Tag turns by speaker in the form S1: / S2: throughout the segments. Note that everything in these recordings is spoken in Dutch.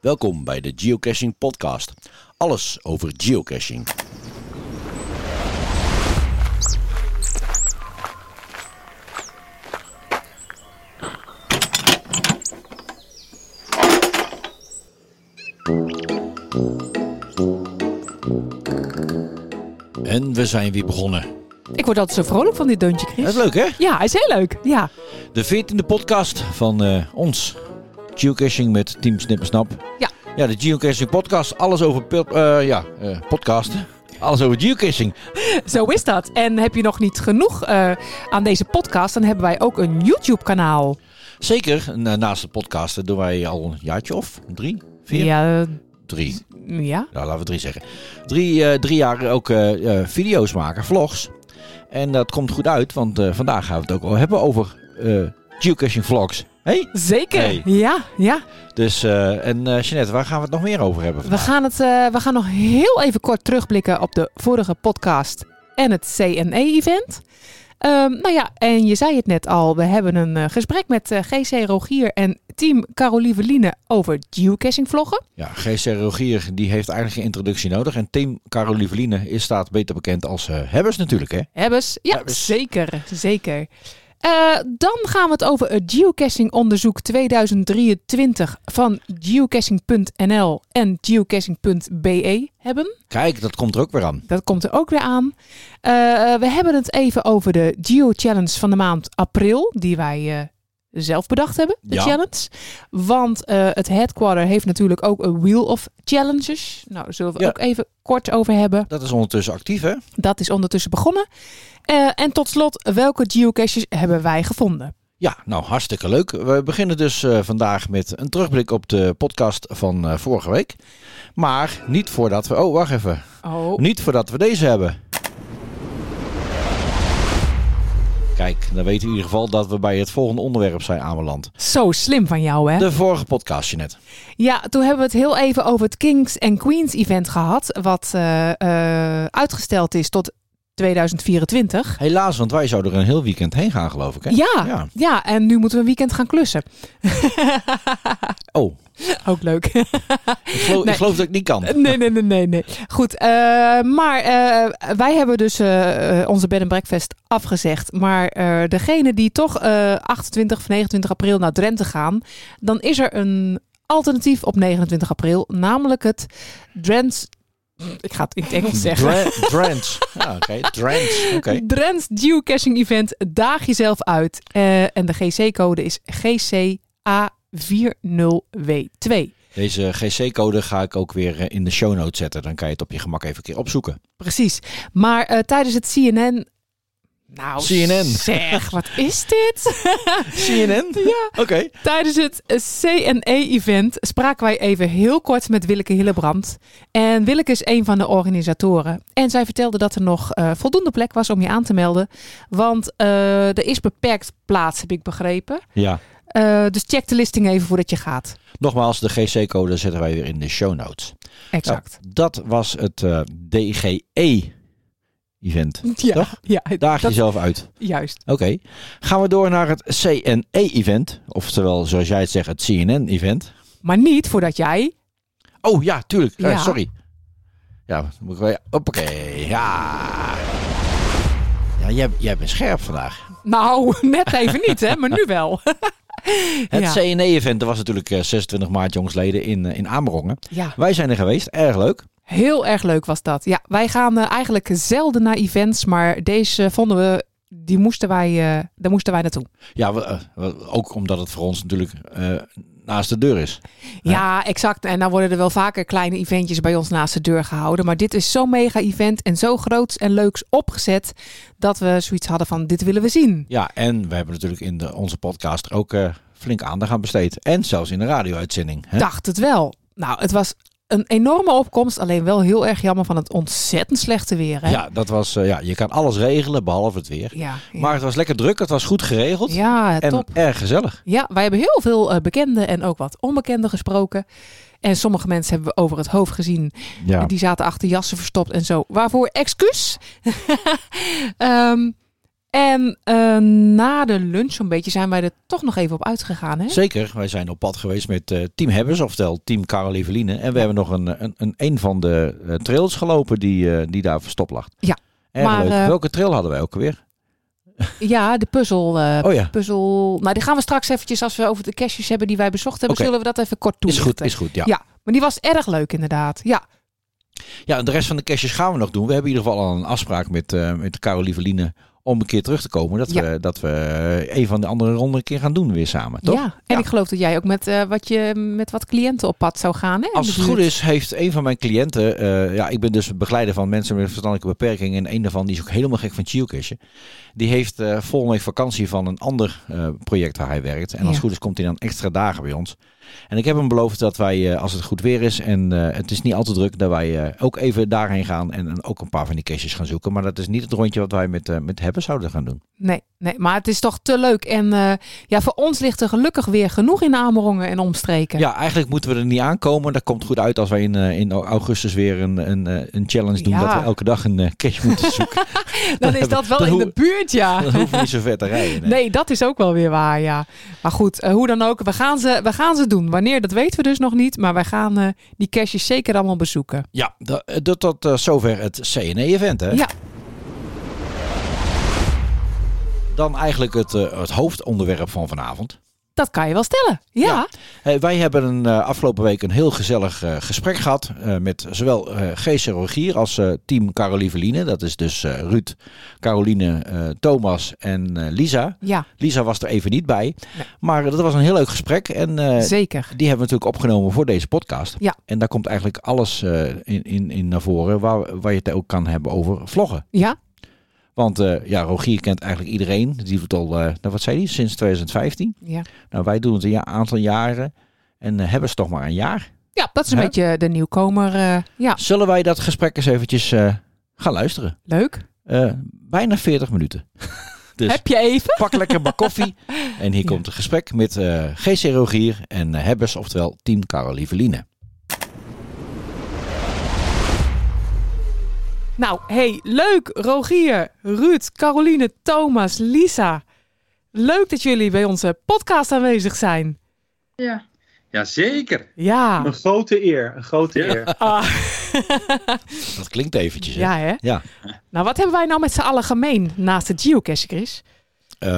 S1: Welkom bij de Geocaching Podcast. Alles over geocaching. En we zijn weer begonnen.
S2: Ik word altijd zo vrolijk van dit deuntje, Chris.
S1: Dat is leuk, hè?
S2: Ja, hij is heel leuk. Ja.
S1: De veertiende podcast van eh, ons. Geocaching met Team Snippersnap.
S2: Ja.
S1: Ja, de Geocaching podcast. Alles over... pil- eh, ja, eh, podcasten. Alles over geocaching.
S2: Zo is dat. En heb je nog niet genoeg eh, aan deze podcast, dan hebben wij ook een YouTube-kanaal.
S1: Zeker, na- naast de podcasten doen wij al een jaartje of drie, vier,
S2: Ja, eh,
S1: drie.
S2: ja.
S1: Nou, laten we drie zeggen. Drie, eh, drie jaar ook eh, eh, video's maken, vlogs. En dat komt goed uit, want eh, vandaag gaan we het ook al hebben over eh, geocaching vlogs. Hey?
S2: Zeker.
S1: Hey.
S2: Ja, ja.
S1: Dus, eh, en eh Jeanette, waar gaan we het nog meer over hebben
S2: We
S1: vandaag?
S2: gaan, het, eh, we gaan nog heel even kort terugblikken op de vorige podcast en het CNE-event. nou ja, en je zei het net al, we hebben een eh, gesprek met eh, GC Rogier en team Carolieveline over geocaching-vloggen.
S1: Ja, GC Rogier, die heeft eigenlijk geen introductie nodig. En Team Carolieveline is staat beter bekend als eh, Hebbers natuurlijk, hè?
S2: Hebbes. Ja,
S1: Hebbes.
S2: zeker. Zeker. Eh, dan gaan we het over het geocaching-onderzoek 2023 van geocaching.nl en geocaching.be E. hebben.
S1: Kijk, dat komt er ook weer aan.
S2: Dat komt er ook weer aan. Eh, we hebben het even over de geo-challenge van de maand april, die wij eh, zelf bedacht hebben, de
S1: Ja.
S2: challenge. Want eh, het headquarter heeft natuurlijk ook een Wheel of Challenges. Nou, daar zullen we
S1: Ja.
S2: ook even kort over hebben.
S1: Dat is ondertussen actief, hè?
S2: Dat is ondertussen begonnen. Eh, en tot slot, welke geocaches hebben wij gevonden?
S1: Ja, nou hartstikke leuk. We beginnen dus eh, vandaag met een terugblik op de podcast van eh, vorige week. Maar niet voordat we. Oh, wacht even.
S2: Oh,
S1: Niet voordat we deze hebben. Kijk, dan weten we in ieder geval dat we bij het volgende onderwerp zijn aanbeland.
S2: zo slim van jou, hè?
S1: De vorige podcast, Jeanette.
S2: Ja, toen hebben we het heel even over het Kings and Queens event gehad, wat eh, eh, uitgesteld is tot 2024.
S1: Helaas, want wij zouden er een heel weekend heen gaan, geloof ik. Hè?
S2: Ja,
S1: Ja.
S2: ja. en nu moeten we een weekend gaan klussen.
S1: Oh,
S2: Ook leuk.
S1: ik geloof,
S2: Nee. Eh,
S1: ik geloof dat ik niet kan.
S2: nee, nee, nee, nee, nee. Goed, eh, maar eh, wij hebben dus eh, eh, onze bed and breakfast afgezegd. Maar eh degene die toch eh, 28 of 29 april naar Drenthe gaan, dan is er een alternatief op 29 april, namelijk het Drents. Ik ga het in het Engels zeggen.
S1: Dra- Drents. Ja, oké. Drents. Oké.
S2: Drents Geocaching Event, daag jezelf uit. Eh, en de GC-code is GCA40W2.
S1: Deze GC-code ga ik ook weer eh, in de show notes zetten. Dan kan je het op je gemak even een keer opzoeken.
S2: Precies. Maar eh, tijdens het CNN. Nou,
S1: CNN.
S2: zeg, wat is dit?
S1: CNN? Ja. Oké.
S2: tijdens het eh, CNE-event spraken wij even heel kort met Willeke Hillebrand. En Willeke is een van de organisatoren. En zij vertelde dat er nog eh, voldoende plek was om je aan te melden. Want eh, er is beperkt plaats, heb ik begrepen.
S1: Ja.
S2: Eh, dus check de listing even voordat je gaat.
S1: Nogmaals, de GC-code zetten wij weer in de show notes.
S2: Exact.
S1: Nou, dat was het eh, DGE-event.
S2: Ja,
S1: Toch?
S2: ja,
S1: Daag
S2: dat-
S1: jezelf uit.
S2: juist.
S1: Oké. Gaan we door naar het CNE-event. Oftewel, zoals jij het zegt, het CNN-event.
S2: Maar niet voordat jij
S1: Oh ja, tuurlijk. Eh,
S2: Ja.
S1: sorry. Ja, dan moet ik wel... Hoppakee. Ja. Ja, jij, jij bent scherp vandaag.
S2: Nou, net even niet, hè, maar nu wel.
S1: Het
S2: ja.
S1: CNE-event was natuurlijk eh, 26 maart jongsleden in, eh, in Amerongen.
S2: ja,
S1: Wij zijn er geweest. Erg leuk.
S2: heel erg leuk was dat. Ja, wij gaan eh, eigenlijk zelden naar events, maar deze vonden we, die moesten wij, eh, daar moesten wij naartoe.
S1: Ja, we- eh, we- ook omdat het voor ons natuurlijk eh, naast de deur is. Ja.
S2: Ja. exact. En dan worden er wel vaker kleine eventjes bij ons naast de deur gehouden. Maar dit is zo'n mega event en zo groots en leuks opgezet, dat we zoiets hadden van, dit willen we zien.
S1: Ja, en we hebben natuurlijk in de, onze podcast ook eh, flink aandacht aan besteed. En zelfs in de radio-uitzending. hè?
S2: Dacht het wel. Nou, het was een enorme opkomst, alleen wel heel erg jammer van het ontzettend slechte weer. Hè?
S1: Ja, dat was, eh, ja, je kan alles regelen, behalve het weer.
S2: ja, ja.
S1: Maar het was lekker druk, het was goed geregeld.
S2: ja
S1: en
S2: top.
S1: erg gezellig.
S2: Ja, wij hebben heel veel eh, bekenden en ook wat onbekenden gesproken. En sommige mensen hebben we over het hoofd gezien.
S1: Ja.
S2: Die zaten achter jassen verstopt en zo. Waarvoor excuus. Ehm, En eh, na de lunch zo'n beetje zijn wij er toch nog even op uitgegaan. Hè?
S1: Zeker, wij zijn op pad geweest met eh, Team Hebbers, oftewel Team Karel Eveline. En we hebben nog een, een, een, een van de eh, trails gelopen die, eh, die daar verstopt lag.
S2: Ja,
S1: Erg
S2: maar,
S1: leuk.
S2: eh,
S1: Welke trail hadden wij ook alweer?
S2: Ja, de puzzel. eh,
S1: Oh ja,
S2: puzzel. Nou, die gaan we straks eventjes, als we over de caches hebben die wij bezocht hebben,
S1: Oké.
S2: zullen we dat even kort
S1: is
S2: toelichten.
S1: goed, is goed. Ja.
S2: Ja. Maar die was erg leuk inderdaad. Ja,
S1: Ja, en de rest van de caches gaan we nog doen. We hebben in ieder geval al een afspraak met, eh met Caroline Verline om een keer terug te komen. Dat,
S2: Ja.
S1: we, dat we eh, een van de andere ronden een keer gaan doen weer samen, toch?
S2: ja. en
S1: Ja.
S2: ik geloof dat jij ook met, eh, wat je, met wat cliënten op pad zou gaan. Hè, in
S1: Als
S2: de
S1: het goed
S2: buurt.
S1: is, heeft een van mijn cliënten... eh, ja, ik ben dus begeleider van mensen met verstandelijke beperkingen. En een daarvan die is ook helemaal gek van geocachen. Die heeft eh volgende week vakantie van een ander eh, project waar hij werkt. En als
S2: Ja.
S1: het goed is, komt hij dan extra dagen bij ons. En ik heb hem beloofd dat wij, eh, als het goed weer is en eh, het is niet al te druk... dat wij eh, ook even daarheen gaan en, en ook een paar van die caches gaan zoeken. Maar dat is niet het rondje wat wij met, eh met hebben zouden gaan doen.
S2: Nee, nee, maar het is toch te leuk. En eh, ja, voor ons ligt er gelukkig weer genoeg in Amerongen en omstreken.
S1: Ja, eigenlijk moeten we er niet aankomen. Dat komt goed uit als wij in, eh, in augustus weer een, een, eh, een challenge doen...
S2: Ja.
S1: dat we elke dag een eh, cache moeten zoeken.
S2: Dan is dat wel
S1: Dan
S2: in de
S1: hoe-
S2: buurt, ja.
S1: Dan hoeven we niet zo ver te rijden. hè.
S2: Nee, dat is ook wel weer waar, ja. Maar goed, eh, hoe dan ook, we gaan, ze, we gaan ze doen. Wanneer, dat weten we dus nog niet. Maar wij gaan eh, die caches zeker allemaal bezoeken.
S1: Ja, dat, dat, dat eh, zover het CNE-event. hè?
S2: Ja,
S1: Dan eigenlijk het, eh, het hoofdonderwerp van vanavond.
S2: dat kan je wel stellen. Ja,
S1: Ja. Eh, wij hebben een, eh, afgelopen week een heel gezellig eh, gesprek gehad. eh, met zowel eh GC Rogier als eh, team Carolieveline. Dat is dus eh, Ruud, Caroline, eh, Thomas en eh, Lisa.
S2: ja,
S1: Lisa was er even niet bij.
S2: Nee.
S1: Maar dat was een heel leuk gesprek. En eh,
S2: zeker.
S1: Die hebben we natuurlijk opgenomen voor deze podcast.
S2: Ja.
S1: En daar komt eigenlijk alles eh, in, in, in naar voren waar, waar je het ook kan hebben over vloggen.
S2: Ja,
S1: Want eh, ja, Rogier kent eigenlijk iedereen. Die doet al, eh, nou, wat zei hij, sinds 2015.
S2: ja.
S1: Nou, wij doen het een ja- aantal jaren. En eh, hebben ze toch maar een jaar.
S2: ja dat is een
S1: Hè?
S2: beetje de nieuwkomer. eh, ja,
S1: Zullen wij dat gesprek eens eventjes eh, gaan luisteren?
S2: leuk.
S1: Eh, bijna 40 minuten. dus
S2: Heb je even?
S1: pak lekker maar koffie. En hier
S2: Ja.
S1: komt het gesprek met eh, GC Rogier en eh, Hebbers, oftewel Team Carolieveline.
S2: Nou, hey, leuk Rogier, Ruud, Caroline, Thomas, Lisa. Leuk dat jullie bij onze podcast aanwezig zijn.
S3: Ja. Jazeker.
S2: Ja.
S4: Een grote eer, een grote
S3: Ja.
S4: eer.
S2: Ah.
S1: Dat klinkt eventjes. hè?
S2: ja, hè?
S1: Ja.
S2: Nou, wat hebben wij nou met z'n allen gemeen naast de geocache, Chris?
S1: Eh,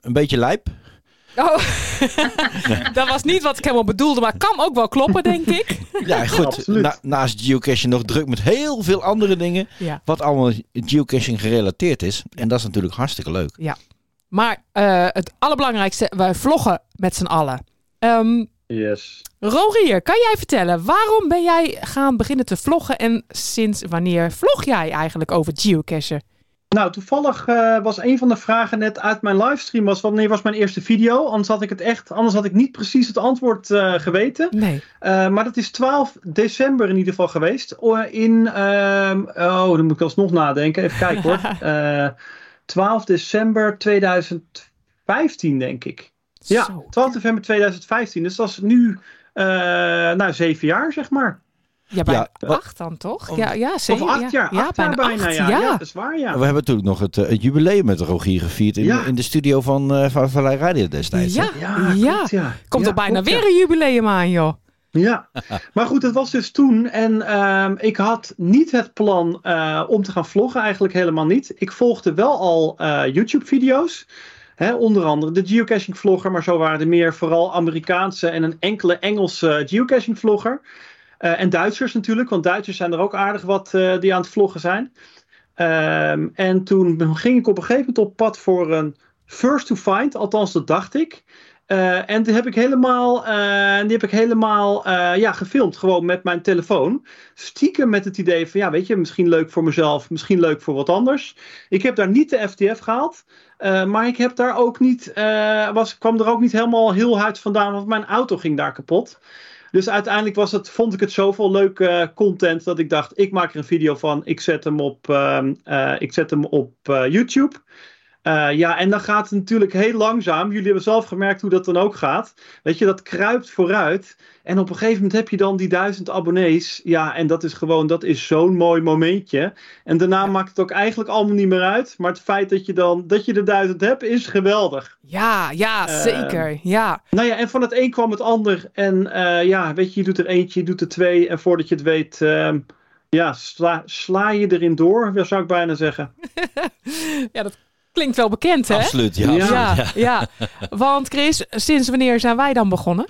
S1: een beetje lijp.
S2: Oh, dat was niet wat ik helemaal bedoelde, maar kan ook wel kloppen, denk ik.
S1: Ja, goed.
S4: Absoluut.
S1: Na- naast geocaching nog druk met heel veel andere dingen.
S2: Ja.
S1: Wat allemaal geocaching gerelateerd is. En dat is natuurlijk hartstikke leuk.
S2: Maar eh, het allerbelangrijkste, wij vloggen met z'n allen. Ehm,
S4: Yes.
S2: Rogier, kan jij vertellen, waarom ben jij gaan beginnen te vloggen en sinds wanneer vlog jij eigenlijk over geocachen?
S4: Nou, toevallig eh, was een van de vragen net uit mijn livestream was wanneer was mijn eerste video? Anders had ik het echt, anders had ik niet precies het antwoord eh, geweten.
S2: Nee.
S4: Eh, maar dat is 12 december in ieder geval geweest. O, In, ehm, oh, dan moet ik alsnog nadenken. Even kijken hoor. Eh, 12 december 2015 denk ik. Ja,
S2: Zo.
S4: 12 december 2015. Dus dat is nu, eh nou, zeven jaar zeg maar.
S2: Ja, bijna
S1: Ja, wa-
S2: acht dan toch?
S1: Om-
S2: Ja, ja,
S4: Of
S2: zeker.
S4: acht jaar.
S2: Ja,
S4: acht jaar bijna,
S2: acht,
S4: ja.
S2: ja.
S4: Ja, dat is waar ja.
S1: We hebben natuurlijk nog het, eh, het jubileum met Rogier gevierd. In,
S4: Ja.
S1: in de studio van, eh van Vallei Radio destijds. hè?
S2: Ja,
S4: Ja,
S2: ja.
S4: klopt, ja.
S2: Komt
S4: Ja,
S2: er bijna
S4: klopt,
S2: weer een jubileum aan, joh.
S4: Ja. Ja. maar goed, het was dus toen. En ehm, ik had niet het plan eh, om te gaan vloggen, eigenlijk helemaal niet. Ik volgde wel al eh, YouTube-video's. Hè, onder andere de geocaching-vlogger, maar zo waren er meer vooral Amerikaanse en een enkele Engelse geocaching-vlogger. Eh, en Duitsers natuurlijk, want Duitsers zijn er ook aardig wat eh, die aan het vloggen zijn. Ehm, en toen ging ik op een gegeven moment op pad voor een first to find, althans dat dacht ik. Eh, en die heb ik helemaal, eh, die heb ik helemaal eh, ja, gefilmd, gewoon met mijn telefoon. Stiekem met het idee van, ja, weet je, misschien leuk voor mezelf, misschien leuk voor wat anders. Ik heb daar niet de FTF gehaald, eh, maar ik heb daar ook niet, eh, was, kwam er ook niet helemaal heel hard vandaan, want mijn auto ging daar kapot. Dus uiteindelijk was het, vond ik het zoveel leuke eh, content dat ik dacht, ik maak er een video van, ik zet hem op, ehm, eh, ik zet hem op eh, YouTube. Eh, ja, en dan gaat het natuurlijk heel langzaam. Jullie hebben zelf gemerkt hoe dat dan ook gaat. Weet je, dat kruipt vooruit. En op een gegeven moment heb je dan die duizend abonnees. Ja, en dat is gewoon, dat is zo'n mooi momentje. En daarna maakt het ook eigenlijk allemaal niet meer uit. Maar het feit dat je dan, dat je de duizend hebt, is geweldig.
S2: Ja, ja,
S4: Eh,
S2: zeker. Ja,
S4: Nou ja, en van het een kwam het ander. En eh, ja, weet je, je doet er eentje, je doet er twee. En voordat je het weet, ehm, ja, sla, sla je erin door, ja, zou ik bijna zeggen.
S2: ja dat klinkt wel bekend, hè?
S1: Absoluut, ja.
S4: Ja.
S1: absoluut, ja.
S2: Ja, ja, want Chris, sinds wanneer zijn wij dan begonnen?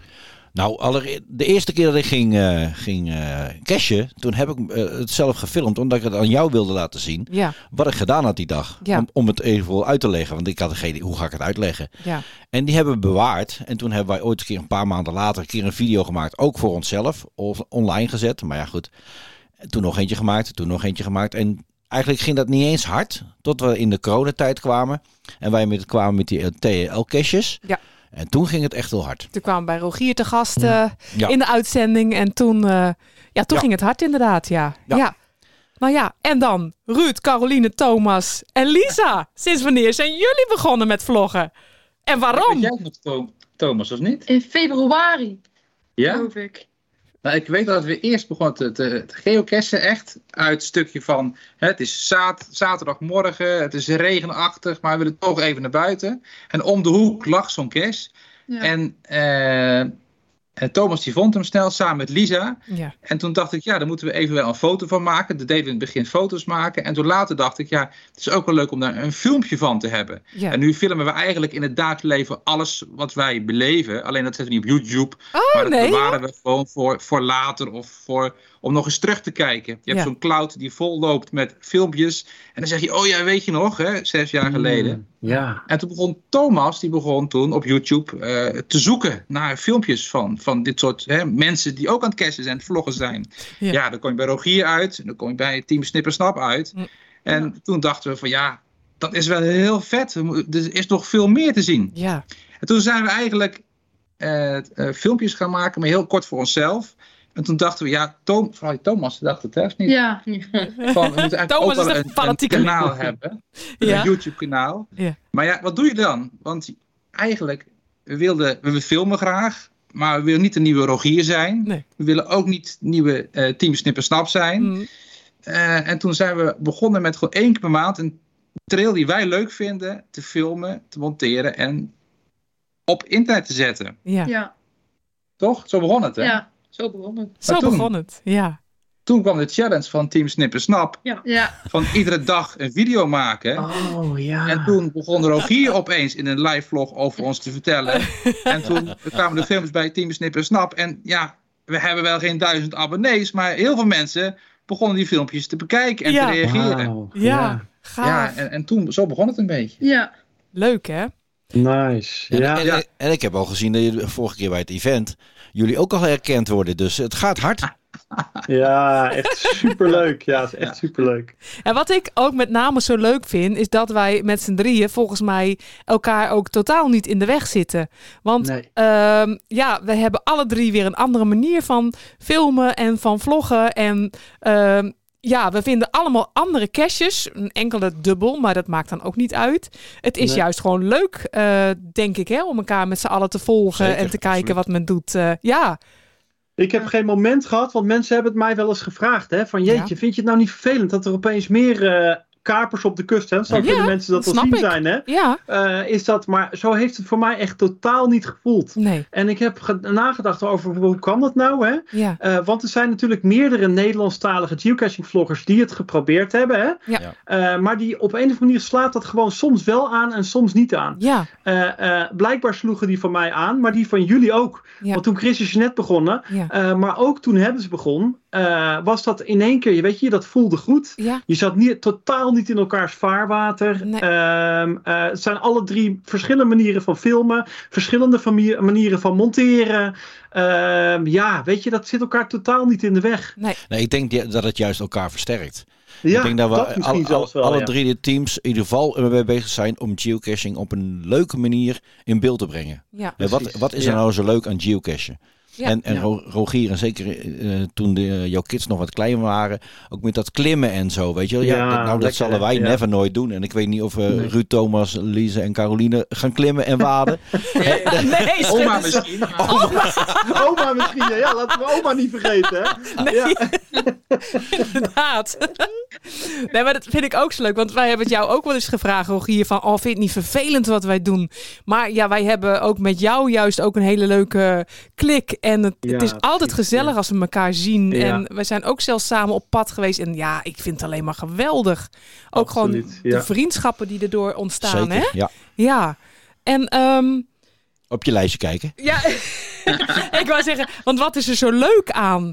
S1: Nou, aller, de eerste keer dat ik ging, eh ging eh, cashen, toen heb ik eh, het zelf gefilmd, omdat ik het aan jou wilde laten zien.
S2: Ja,
S1: Wat ik gedaan had die dag.
S2: Ja.
S1: Om, om het even uit te leggen, want ik had geen idee, hoe ga ik het uitleggen?
S2: ja,
S1: En die hebben we bewaard. En toen hebben wij ooit een keer, een paar maanden later, een keer een video gemaakt. Ook voor onszelf. Of online gezet. Maar ja, goed. En Toen nog eentje gemaakt. Toen nog eentje gemaakt. En eigenlijk ging dat niet eens hard. Tot we in de coronatijd kwamen. En wij met, kwamen met die TL-caches.
S2: Ja.
S1: En toen ging het echt heel hard.
S2: toen kwamen we bij Rogier te gast eh,
S1: Ja.
S2: in de uitzending. En toen, eh, ja, toen
S1: Ja.
S2: ging het hard inderdaad, ja. ja.
S1: Ja.
S2: Nou ja, en dan Ruud, Caroline, Thomas en Lisa. Sinds wanneer zijn jullie begonnen met vloggen? En
S3: Ben
S2: waarom?
S3: jij met Tho- Thomas, of niet?
S5: In februari,
S3: Ja?
S5: geloof ik.
S3: Nou, ik weet dat we eerst begonnen te, te, te geocachen. Echt uit het stukje van hè, het is zaad, zaterdagmorgen, het is regenachtig, maar we willen toch even naar buiten. En om de hoek lag zo'n cache.
S5: Ja.
S3: En eh, en Thomas die vond hem snel samen met Lisa.
S2: Ja,
S3: En toen dacht ik, ja, daar moeten we even wel een foto van maken. Toen deden we in het begin foto's maken. En toen later dacht ik, ja, het is ook wel leuk om daar een filmpje van te hebben.
S2: ja.
S3: En nu filmen we eigenlijk in het dagelijks leven alles wat wij beleven. Alleen dat zetten we niet op YouTube.
S2: Oh
S3: maar dat
S2: nee,
S3: bewaren we gewoon voor, voor later of voor, om nog eens terug te kijken. Je hebt
S2: Ja.
S3: zo'n cloud die vol loopt met filmpjes. En dan zeg je, oh ja, weet je nog, hè, zes jaar geleden.
S4: Ja.
S3: En toen begon Thomas, die begon toen op YouTube eh, te zoeken naar filmpjes van, van dit soort hè, mensen die ook aan het cashen zijn, het vloggen zijn.
S2: Ja.
S3: Ja. dan kom je bij Rogier uit, en dan kom je bij Team Snippersnap uit.
S2: Mm.
S3: En toen dachten we van ja, dat is wel heel vet, We mo- er is nog veel meer te zien.
S2: ja,
S3: En toen zijn we eigenlijk eh, t- eh, filmpjes gaan maken, maar heel kort voor onszelf. En toen dachten we, ja, Tom, vooral Thomas dacht het hè, of niet?
S5: Ja.
S3: Van, we moeten eigenlijk
S2: Thomas
S3: ook
S2: is
S3: wel
S2: de
S3: een- een
S2: fanatieke.
S3: kanaal hebben
S2: ja.
S3: een YouTube-kanaal.
S2: Ja.
S3: Maar ja, wat doe je dan? Want eigenlijk we wilden we filmen graag, maar we willen niet de nieuwe Rogier zijn.
S2: Nee.
S3: We willen ook niet nieuwe eh Team Snipper Snap zijn.
S2: Mm,
S3: Eh, en toen zijn we begonnen met gewoon één keer per maand een trail die wij leuk vinden te filmen, te monteren en op internet te zetten.
S2: ja.
S5: Ja.
S3: Toch? Zo begon het, hè?
S5: ja, zo begon het.
S2: Zo
S3: Maar toen-
S2: begon het, ja.
S3: Toen kwam de challenge van Team Snipper Snap
S5: Ja,
S3: van iedere dag een video maken.
S4: Oh ja.
S3: En toen begon Rogier opeens in een live vlog over ons te vertellen. En toen kwamen de films bij Team Snipper Snap. En ja, we hebben wel geen duizend abonnees, maar heel veel mensen begonnen die filmpjes te bekijken en
S2: Ja.
S3: te reageren.
S4: Wauw.
S2: Ja,
S3: Ja,
S2: gaaf.
S3: en, en toen, zo begon het een beetje.
S5: ja.
S2: Leuk, hè?
S4: Nice.
S1: En,
S4: Ja.
S1: en, en, en ik heb al gezien dat jullie vorige keer bij het event jullie ook al herkend worden. Dus het gaat hard.
S4: ja, echt superleuk. Ja, het is echt superleuk.
S2: En wat ik ook met name zo leuk vind, is dat wij met z'n drieën volgens mij elkaar ook totaal niet in de weg zitten. Want
S4: Nee.
S2: ehm, ja, we hebben alle drie weer een andere manier van filmen en van vloggen. En ehm, ja, we vinden allemaal andere caches. Een enkele dubbel, maar dat maakt dan ook niet uit. Het is
S4: Nee.
S2: juist gewoon leuk, eh, denk ik, hè, om elkaar met z'n allen te volgen
S1: Zeker,
S2: en te kijken
S1: absoluut.
S2: wat men doet. eh, ja,
S4: Ik heb geen moment gehad, want mensen hebben het mij wel eens gevraagd. Hè, van jeetje, vind je het nou niet vervelend dat er opeens meer eh, kapers op de kust zijn? Zo
S2: Ja,
S4: kunnen mensen dat
S2: dat
S4: wel zien
S2: snap ik.
S4: zijn. Hè?
S2: ja,
S4: Eh, is dat, maar zo heeft het voor mij echt totaal niet gevoeld.
S2: nee,
S4: En ik heb ge- nagedacht over hoe kwam dat nou, hè?
S2: ja,
S4: Eh, want er zijn natuurlijk meerdere Nederlandstalige geocaching-vloggers die het geprobeerd hebben, hè?
S2: Ja.
S1: Ja.
S4: Eh, maar die op een of andere manier slaat dat gewoon soms wel aan en soms niet aan.
S2: ja,
S4: Eh, eh, blijkbaar sloegen die van mij aan, maar die van jullie ook.
S2: Ja.
S4: Want toen Chris is net begonnen,
S2: ja,
S4: eh, maar ook toen hebben ze begon, eh, was dat in één keer, je weet je, dat voelde goed.
S2: ja,
S4: Je zat niet, totaal niet in elkaars vaarwater.
S2: Nee.
S4: Ehm, eh, het zijn alle drie verschillende manieren van filmen, verschillende famie- manieren van monteren. Ehm, ja, weet je, dat zit elkaar totaal niet in de weg.
S2: nee,
S1: Nee, Nou, ik denk die- dat het juist elkaar versterkt.
S4: Ja,
S1: ik denk dat we
S4: misschien
S1: al-
S4: zelfs
S1: al-
S4: wel.
S1: alle
S4: ja.
S1: drie de teams in ieder geval ermee bezig zijn om geocaching op een leuke manier in beeld te brengen.
S2: ja,
S1: En Wat,
S4: Precies,
S1: wat is
S4: ja.
S1: er nou zo leuk aan geocachen?
S2: Ja.
S1: En, en
S4: Ja.
S1: Ro- Rogier, en zeker eh, toen de, eh, jouw kids nog wat kleiner waren, ook met dat klimmen en zo, weet je wel. Ja,
S4: Ja,
S1: dat- nou, dat
S4: lekker,
S1: zullen wij
S4: ja.
S1: never nooit doen. En ik weet niet of eh,
S4: Nee.
S1: Ruud, Thomas, Lise en Caroline gaan klimmen en waden.
S2: Nee,
S3: Oma
S2: schudden ze-
S3: misschien. maar-
S4: Oma misschien, ja, ja, laten we oma niet vergeten. Hè?
S2: Nee.
S4: Ja.
S2: Inderdaad. Nee, maar dat vind ik ook zo leuk. Want wij hebben het jou ook wel eens gevraagd, Rogier. Van, oh, vind je het niet vervelend wat wij doen? Maar ja, wij hebben ook met jou juist ook een hele leuke klik. En het,
S4: Ja,
S2: het is altijd
S4: precies,
S2: gezellig
S4: ja.
S2: als we elkaar zien.
S4: Ja.
S2: En we zijn ook zelfs samen op pad geweest. En ja, ik vind het alleen maar geweldig. Ook
S4: Absoluut,
S2: gewoon
S4: ja.
S2: de vriendschappen die erdoor ontstaan,
S1: zeker,
S2: hè?
S1: ja.
S2: Ja. En ehm,
S1: Op je lijstje kijken.
S2: ja, ik wou zeggen, want wat is er zo leuk aan?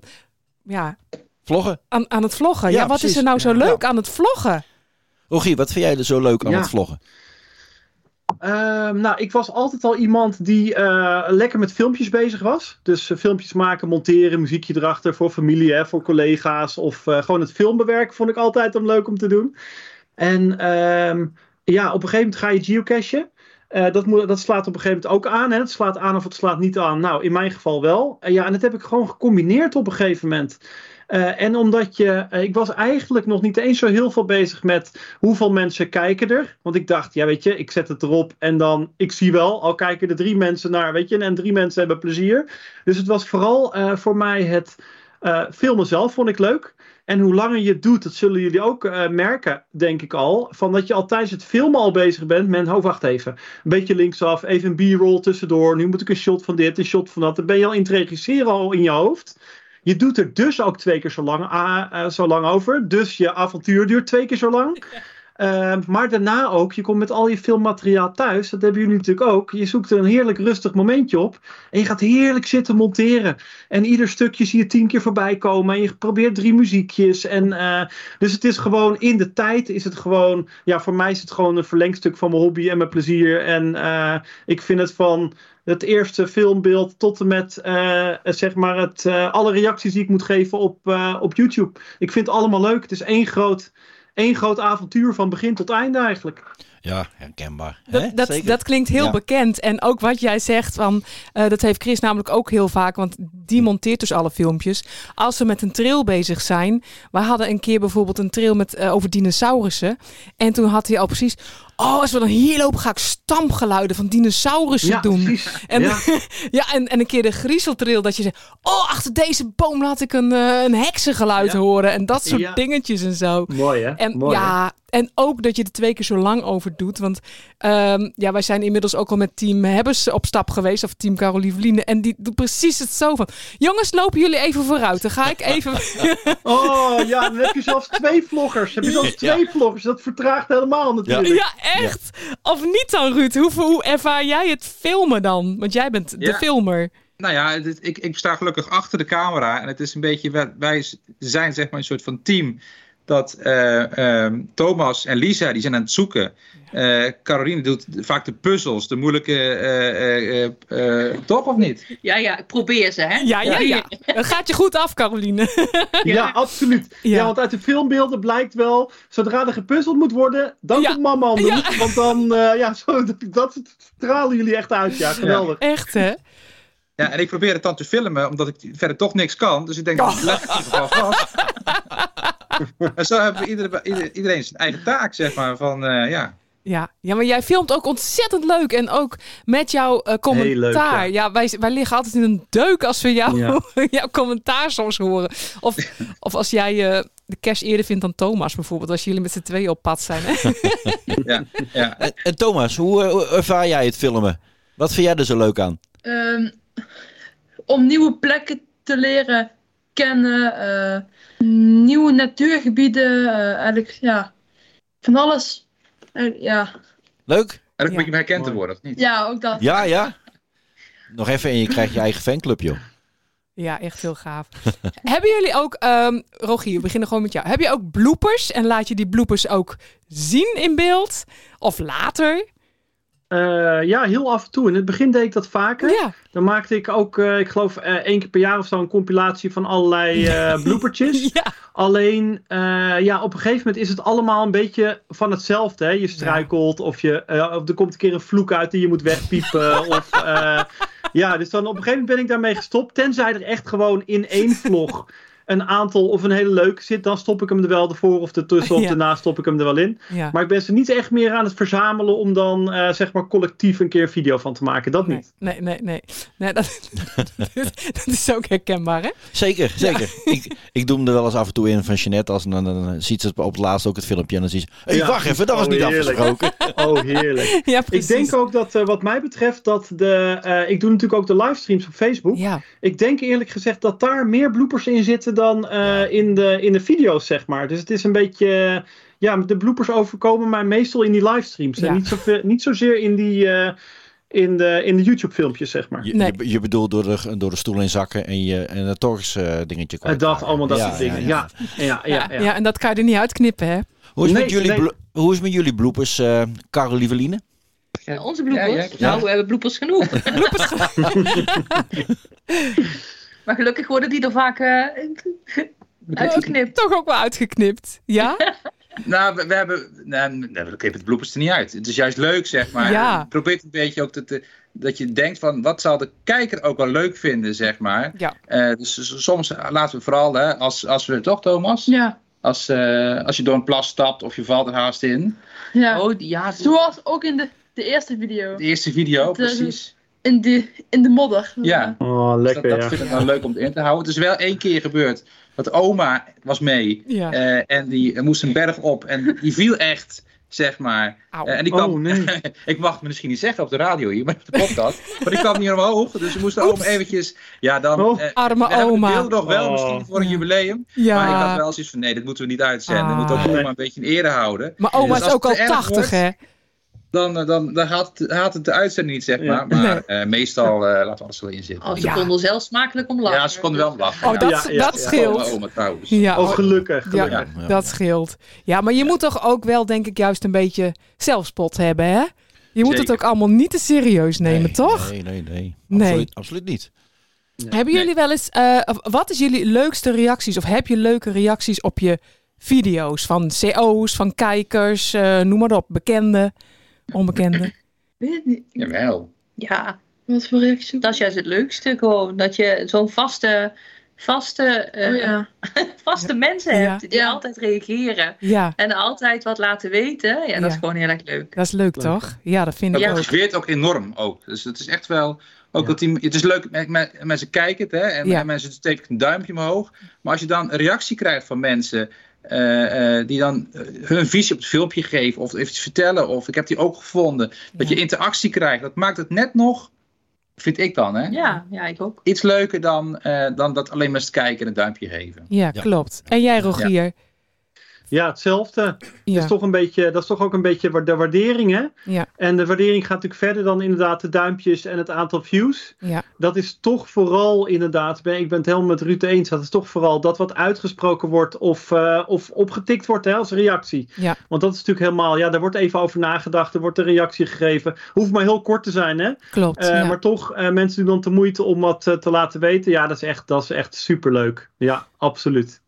S2: Ja,
S1: Vloggen.
S2: aan, aan het vloggen. Ja,
S1: Ja,
S2: wat
S1: precies.
S2: is er nou zo
S4: Ja.
S2: leuk aan het vloggen?
S1: Rogier, wat vind jij er zo leuk aan
S4: Ja.
S1: het vloggen?
S4: Ehm, nou, ik was altijd al iemand die eh, lekker met filmpjes bezig was. Dus eh, filmpjes maken, monteren, muziekje erachter voor familie, hè, voor collega's. Of eh, gewoon het filmbewerken vond ik altijd om leuk om te doen. En ehm, ja, op een gegeven moment ga je geocachen. Eh, dat, moet, dat slaat op een gegeven moment ook aan. Hè? Het slaat aan of het slaat niet aan. Nou, in mijn geval wel. Eh, ja, en dat heb ik gewoon gecombineerd op een gegeven moment. Eh, en omdat je, eh, ik was eigenlijk nog niet eens zo heel veel bezig met hoeveel mensen kijken er? Want ik dacht, ja weet je, ik zet het erop en dan, ik zie wel, al kijken er drie mensen naar, weet je, en drie mensen hebben plezier. Dus het was vooral eh, voor mij het eh, filmen zelf vond ik leuk. En hoe langer je het doet, dat zullen jullie ook eh, merken, denk ik al, van dat je al tijdens het filmen al bezig bent met, oh wacht even, een beetje linksaf, even een b-roll tussendoor, nu moet ik een shot van dit, een shot van dat. Dan ben je al in het regisseren al in je hoofd. Je doet er dus ook twee keer zo lang, ah, eh, zo lang over. Dus je avontuur duurt twee keer zo lang. Eh, maar daarna ook, je komt met al je filmmateriaal thuis. Dat hebben jullie natuurlijk ook. Je zoekt er een heerlijk rustig momentje op. En je gaat heerlijk zitten monteren. En ieder stukje zie je tien keer voorbij komen. En je probeert drie muziekjes. En, eh, dus het is gewoon in de tijd. Is het gewoon, ja, voor mij is het gewoon een verlengstuk van mijn hobby en mijn plezier. En eh, ik vind het van het eerste filmbeeld tot en met, eh, zeg maar, het, eh, alle reacties die ik moet geven op, eh, op YouTube. Ik vind het allemaal leuk. Het is één groot één groot avontuur van begin tot einde eigenlijk.
S1: Ja, herkenbaar. hè?
S2: Dat, dat,
S1: Zeker.
S2: dat klinkt heel
S1: Ja.
S2: bekend. En ook wat jij zegt, van, eh, dat heeft Chris namelijk ook heel vaak. Want die monteert dus alle filmpjes. Als ze met een trail bezig zijn. We hadden een keer bijvoorbeeld een trail met, eh, over dinosaurussen. En toen had hij al precies... Oh, als we dan hier lopen ga ik stampgeluiden van dinosaurussen doen.
S4: precies.
S2: En, ja.
S4: Ja.
S2: en, en een keer de griezeltrail dat je zegt... Oh, achter deze boom laat ik een, eh, een heksengeluid
S4: Ja.
S2: horen. En dat soort
S4: Ja.
S2: dingetjes en zo.
S4: Mooi hè?
S2: En
S4: Mooi, hè?
S2: ja, en ook dat je er twee keer zo lang over doet. Want ehm, ja, wij zijn inmiddels ook al met team Hebbers op stap geweest. Of team Carolieveline. En die doet precies het zo van... Jongens, lopen jullie even vooruit. Dan ga ik even...
S4: Oh ja, dan heb je zelfs twee vloggers. Heb je zelfs
S1: Ja.
S4: twee vloggers. Dat vertraagt helemaal natuurlijk.
S2: ja, echt. Of niet dan, Ruud? Hoe, hoe ervaar jij het filmen dan? Want jij bent de
S3: Ja.
S2: filmer.
S3: Nou ja, dit- ik, ik sta gelukkig achter de camera. En het is een beetje, wij- wij zijn zeg maar een soort van team. Dat eh, ehm, Thomas en Lisa, die zijn aan het zoeken. Eh, Caroline doet vaak de puzzels, de moeilijke, eh, eh, eh, eh, toch of niet?
S5: Ja, ja, ik probeer ze, hè?
S2: Ja, ja, ja. Dat gaat je goed af, Caroline.
S4: Ja, absoluut.
S2: Ja.
S4: Ja. want uit de filmbeelden blijkt wel, zodra er gepuzzeld moet worden, dan
S2: Ja.
S4: komt mama aan de
S2: Ja.
S4: hoek. Want dan, eh, ja, zo, dat, dat stralen jullie echt uit. Ja, geweldig.
S2: Echt, hè?
S3: Ja, en ik probeer het dan te filmen, omdat ik verder toch niks kan. Dus ik denk, dat leg ik het gewoon vast. en zo hebben we iedere- ieder- iedereen zijn eigen taak, zeg maar. Van, eh, ja.
S2: Ja. ja, maar jij filmt ook ontzettend leuk. En ook met jouw eh, commentaar.
S4: Heel leuk, ja.
S2: wij, wij liggen altijd in een deuk als we jou,
S4: Ja.
S2: jouw commentaar soms horen. Of, of als jij eh, de cash eerder vindt dan Thomas bijvoorbeeld. Als jullie met z'n tweeën op pad zijn. Hè?
S3: ja.
S1: En, en Thomas, hoe eh, hoe ervaar jij het filmen? Wat vind jij er zo leuk aan?
S5: Ehm, om nieuwe plekken te leren kennen, eh, nieuwe natuurgebieden, eh, eigenlijk, ja, van alles. Eh, ja.
S1: Leuk?
S3: En
S2: Ja.
S3: ook moet je herkend te worden, of niet?
S5: ja, ook dat.
S1: Ja, ja. Nog even en je krijgt je eigen fanclub, joh.
S2: Ja, echt heel gaaf. Hebben jullie ook, ehm Rogier, we beginnen gewoon met jou. Heb je ook bloopers? En laat je die bloopers ook zien in beeld? Of later?
S4: Eh, ja, heel af en toe. In het begin deed ik dat vaker.
S2: Ja,
S4: Dan maakte ik ook, eh, ik geloof eh, één keer per jaar of zo, een compilatie van allerlei eh bloopertjes.
S2: ja,
S4: Alleen, eh, ja, op een gegeven moment is het allemaal een beetje van hetzelfde. Hè? Je struikelt of, je, eh, of er komt een keer een vloek uit die je moet wegpiepen. of eh, Ja, dus dan op een gegeven moment ben ik daarmee gestopt. Tenzij er echt gewoon in één vlog een aantal of een hele leuke zit, dan stop ik hem er wel ervoor of ertussen of
S2: Ja.
S4: daarna stop ik hem er wel in.
S2: Ja.
S4: Maar ik ben ze niet echt meer aan het verzamelen om dan eh, zeg maar collectief een keer een video van te maken. Dat
S2: Nee,
S4: niet.
S2: nee, nee. nee. nee dat, dat is ook herkenbaar, hè?
S1: Zeker, zeker. Ik, ik doe hem er wel eens af en toe in van Jeanette. Als, dan, dan, dan ziet ze het op het laatst ook het filmpje. En dan ziet ze, hey,
S4: Ja.
S1: wacht even, dat was
S4: Oh,
S1: niet
S4: heerlijk.
S1: afgesproken.
S4: Oh, heerlijk.
S2: Ja,
S4: Ik
S2: precies.
S4: denk ook dat eh, wat mij betreft dat de... eh, ik doe natuurlijk ook de livestreams op Facebook.
S2: Ja,
S4: Ik denk eerlijk gezegd dat daar meer bloepers in zitten dan eh, in, de, in de video's, zeg maar. Dus het is een beetje... eh, ja, de bloepers overkomen mij meestal in die livestreams.
S2: Ja.
S4: En niet, zoveel, niet zozeer in die... eh, in de, in de YouTube-filmpjes, zeg maar.
S1: Je,
S2: Nee.
S1: je, je bedoelt door de, door de stoel in zakken en je en het torgs eh, dingetje
S4: Eh,
S1: kwijt.
S4: dat, allemaal dat
S1: Ja,
S4: soort dingen.
S1: ja,
S4: Ja
S1: ja.
S4: ja. Ja, ja,
S2: ja. en dat kan je er niet uitknippen, hè?
S1: Hoe, is het met
S4: Nee,
S1: jullie,
S4: nee.
S1: blo- hoe is het met jullie bloepers, eh Karel Lieveline?
S3: Ja,
S5: Onze
S3: ja,
S5: bloepers.
S3: ja.
S5: Nou, we hebben bloepers genoeg. maar gelukkig worden die er vaak eh, uitgeknipt.
S2: Toch ook wel uitgeknipt. Ja?
S3: Nou, we, we hebben. Nou, nou, we knippen de bloepers er niet uit. Het is juist leuk, zeg maar.
S2: Ja.
S3: Probeer een beetje ook dat, eh, dat je denkt van wat zal de kijker ook wel leuk vinden, zeg maar.
S2: Ja.
S3: Eh, dus s- soms laten we vooral, hè, als, als we toch, Thomas?
S5: Ja,
S3: Als, eh, als je door een plas stapt of je valt er haast in.
S5: ja.
S3: Oh, die- ja, de
S5: Zoals ook in de, de eerste video.
S3: de eerste video,
S5: Dat, eh,
S3: precies.
S5: In de, in de modder.
S3: Ja.
S4: Oh,
S3: Dus
S4: lekker,
S3: dat dat
S4: ja.
S3: vind ik wel leuk om in te houden. Het is wel één keer gebeurd dat oma was mee.
S2: Ja.
S3: eh, en die eh, moest een berg op en die viel echt, zeg maar.
S2: Au.
S3: Eh, en die kwam,
S4: Oh, nee.
S3: ik mag het misschien niet zeggen op de radio hier, maar op de podcast. maar ik kwam niet omhoog, dus we moesten ook
S2: Oeps.
S3: eventjes... Ja, dan...
S4: Oh.
S3: eh,
S2: Arme
S3: we hebben het
S2: oma.
S3: beeld nog wel,
S4: Oh.
S3: misschien voor een jubileum.
S2: Ja.
S3: Maar ik had wel zoiets van, nee, dat moeten we niet uitzenden. We moeten ook
S2: Ah.
S3: oma een beetje in ere houden.
S2: Maar oma
S3: Dus
S2: is
S3: als
S2: ook al
S3: het te erg
S2: 80,
S3: wordt-
S2: hè?
S3: Dan, eh, dan, dan haalt, het- haalt het de uitzending niet, zeg
S4: Ja.
S3: maar. Maar eh, meestal eh, laten we alles wel in zitten.
S5: Oh, ze
S2: Ja.
S5: konden er zelf smakelijk om lachen.
S3: ja, ze konden wel om lachen.
S2: Oh,
S3: ja.
S2: dat,
S4: Ja, ja,
S2: dat
S4: ja.
S2: scheelt.
S3: Oma, oma trouwens.
S2: Ja,
S4: Oh, gelukkig.
S2: Ja.
S4: gelukkig.
S1: Ja.
S2: dat scheelt. Ja, maar je moet toch ook wel, denk ik, juist een beetje zelfspot hebben, hè? Je moet het
S3: Zeker.
S2: ook allemaal niet te serieus nemen,
S1: Nee,
S2: toch?
S1: Nee, nee, nee.
S2: Nee.
S1: Absoluut, absoluut niet.
S2: Hebben jullie wel eens, eh, of wat is jullie leukste reacties? Of heb je leuke reacties op je video's van CO's, van kijkers, eh, noem maar op, bekende, onbekende?
S5: Weet het niet.
S3: Jawel.
S5: Ja,
S6: Wat voor reactie?
S5: dat is juist het leukste gewoon. Dat je zo'n vaste, vaste, eh,
S6: Oh ja.
S5: vaste mensen
S2: Ja.
S5: hebt die
S6: Ja.
S5: altijd reageren.
S2: Ja,
S5: En altijd wat laten weten. Ja, dat is
S2: Ja.
S5: gewoon heel erg leuk.
S2: dat is leuk, toch? Ja, dat vind
S3: Dat
S2: ik
S5: Ja.
S2: ook.
S3: motiveert ook enorm ook. Dus het is echt wel... Ook
S4: Ja.
S3: dat die, het is leuk, men- men- mensen kijken het hè, en,
S2: Ja.
S3: en mensen steken een duimpje omhoog. Maar als je dan een reactie krijgt van mensen eh, eh, die dan eh, hun visie op het filmpje geven of even iets vertellen of ik heb die ook gevonden. Dat
S2: Ja.
S3: je interactie krijgt, dat maakt het net nog, vind ik dan, hè,
S5: Ja, ja ik ook.
S3: iets leuker dan, eh, dan dat alleen maar eens kijken en een duimpje geven.
S2: Ja,
S1: Ja.
S2: klopt. En jij, Rogier?
S4: Ja, hetzelfde.
S2: Ja,
S4: is toch een beetje, dat is toch ook een beetje wa- de waardering, hè?
S2: Ja.
S4: En de waardering gaat natuurlijk verder dan inderdaad de duimpjes en het aantal views.
S2: ja,
S4: Dat is toch vooral inderdaad, ben, ik ben het helemaal met Ruud eens, dat is toch vooral dat wat uitgesproken wordt of, eh, of opgetikt wordt hè, als reactie.
S2: Ja.
S4: Want dat is natuurlijk helemaal, ja, daar wordt even over nagedacht, er wordt een reactie gegeven. Hoeft maar heel kort te zijn, hè?
S2: klopt.
S4: Eh,
S2: ja.
S4: Maar toch, eh, mensen doen dan de moeite om wat eh, te laten weten. Ja, dat is echt, dat is echt superleuk. Ja, absoluut.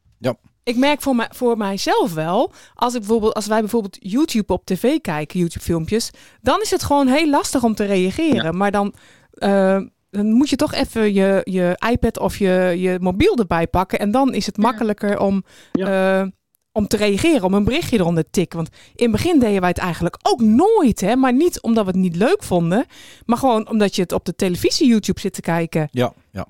S2: Ik merk voor, mij, voor mijzelf wel, als, ik bijvoorbeeld, als wij bijvoorbeeld YouTube op tv kijken, YouTube-filmpjes, dan is het gewoon heel lastig om te reageren. Maar dan, eh, dan moet je toch even je, je iPad of je, je mobiel erbij pakken. En dan is het makkelijker om, eh, om te reageren, om een berichtje eronder te tikken. Want in het begin deden wij het eigenlijk ook nooit, hè? maar niet omdat we het niet leuk vonden, maar gewoon omdat je het op de televisie YouTube zit te kijken.
S1: Ja, ja.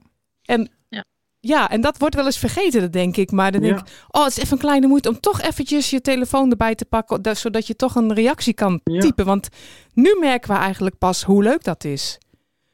S2: Ja, en dat wordt wel eens vergeten, dat denk ik. Maar dan denk
S4: Ja.
S2: ik, oh, het is even een kleine moeite om toch eventjes je telefoon erbij te pakken, da- zodat je toch een reactie kan
S4: Ja.
S2: typen. Want nu merken we eigenlijk pas hoe leuk dat is.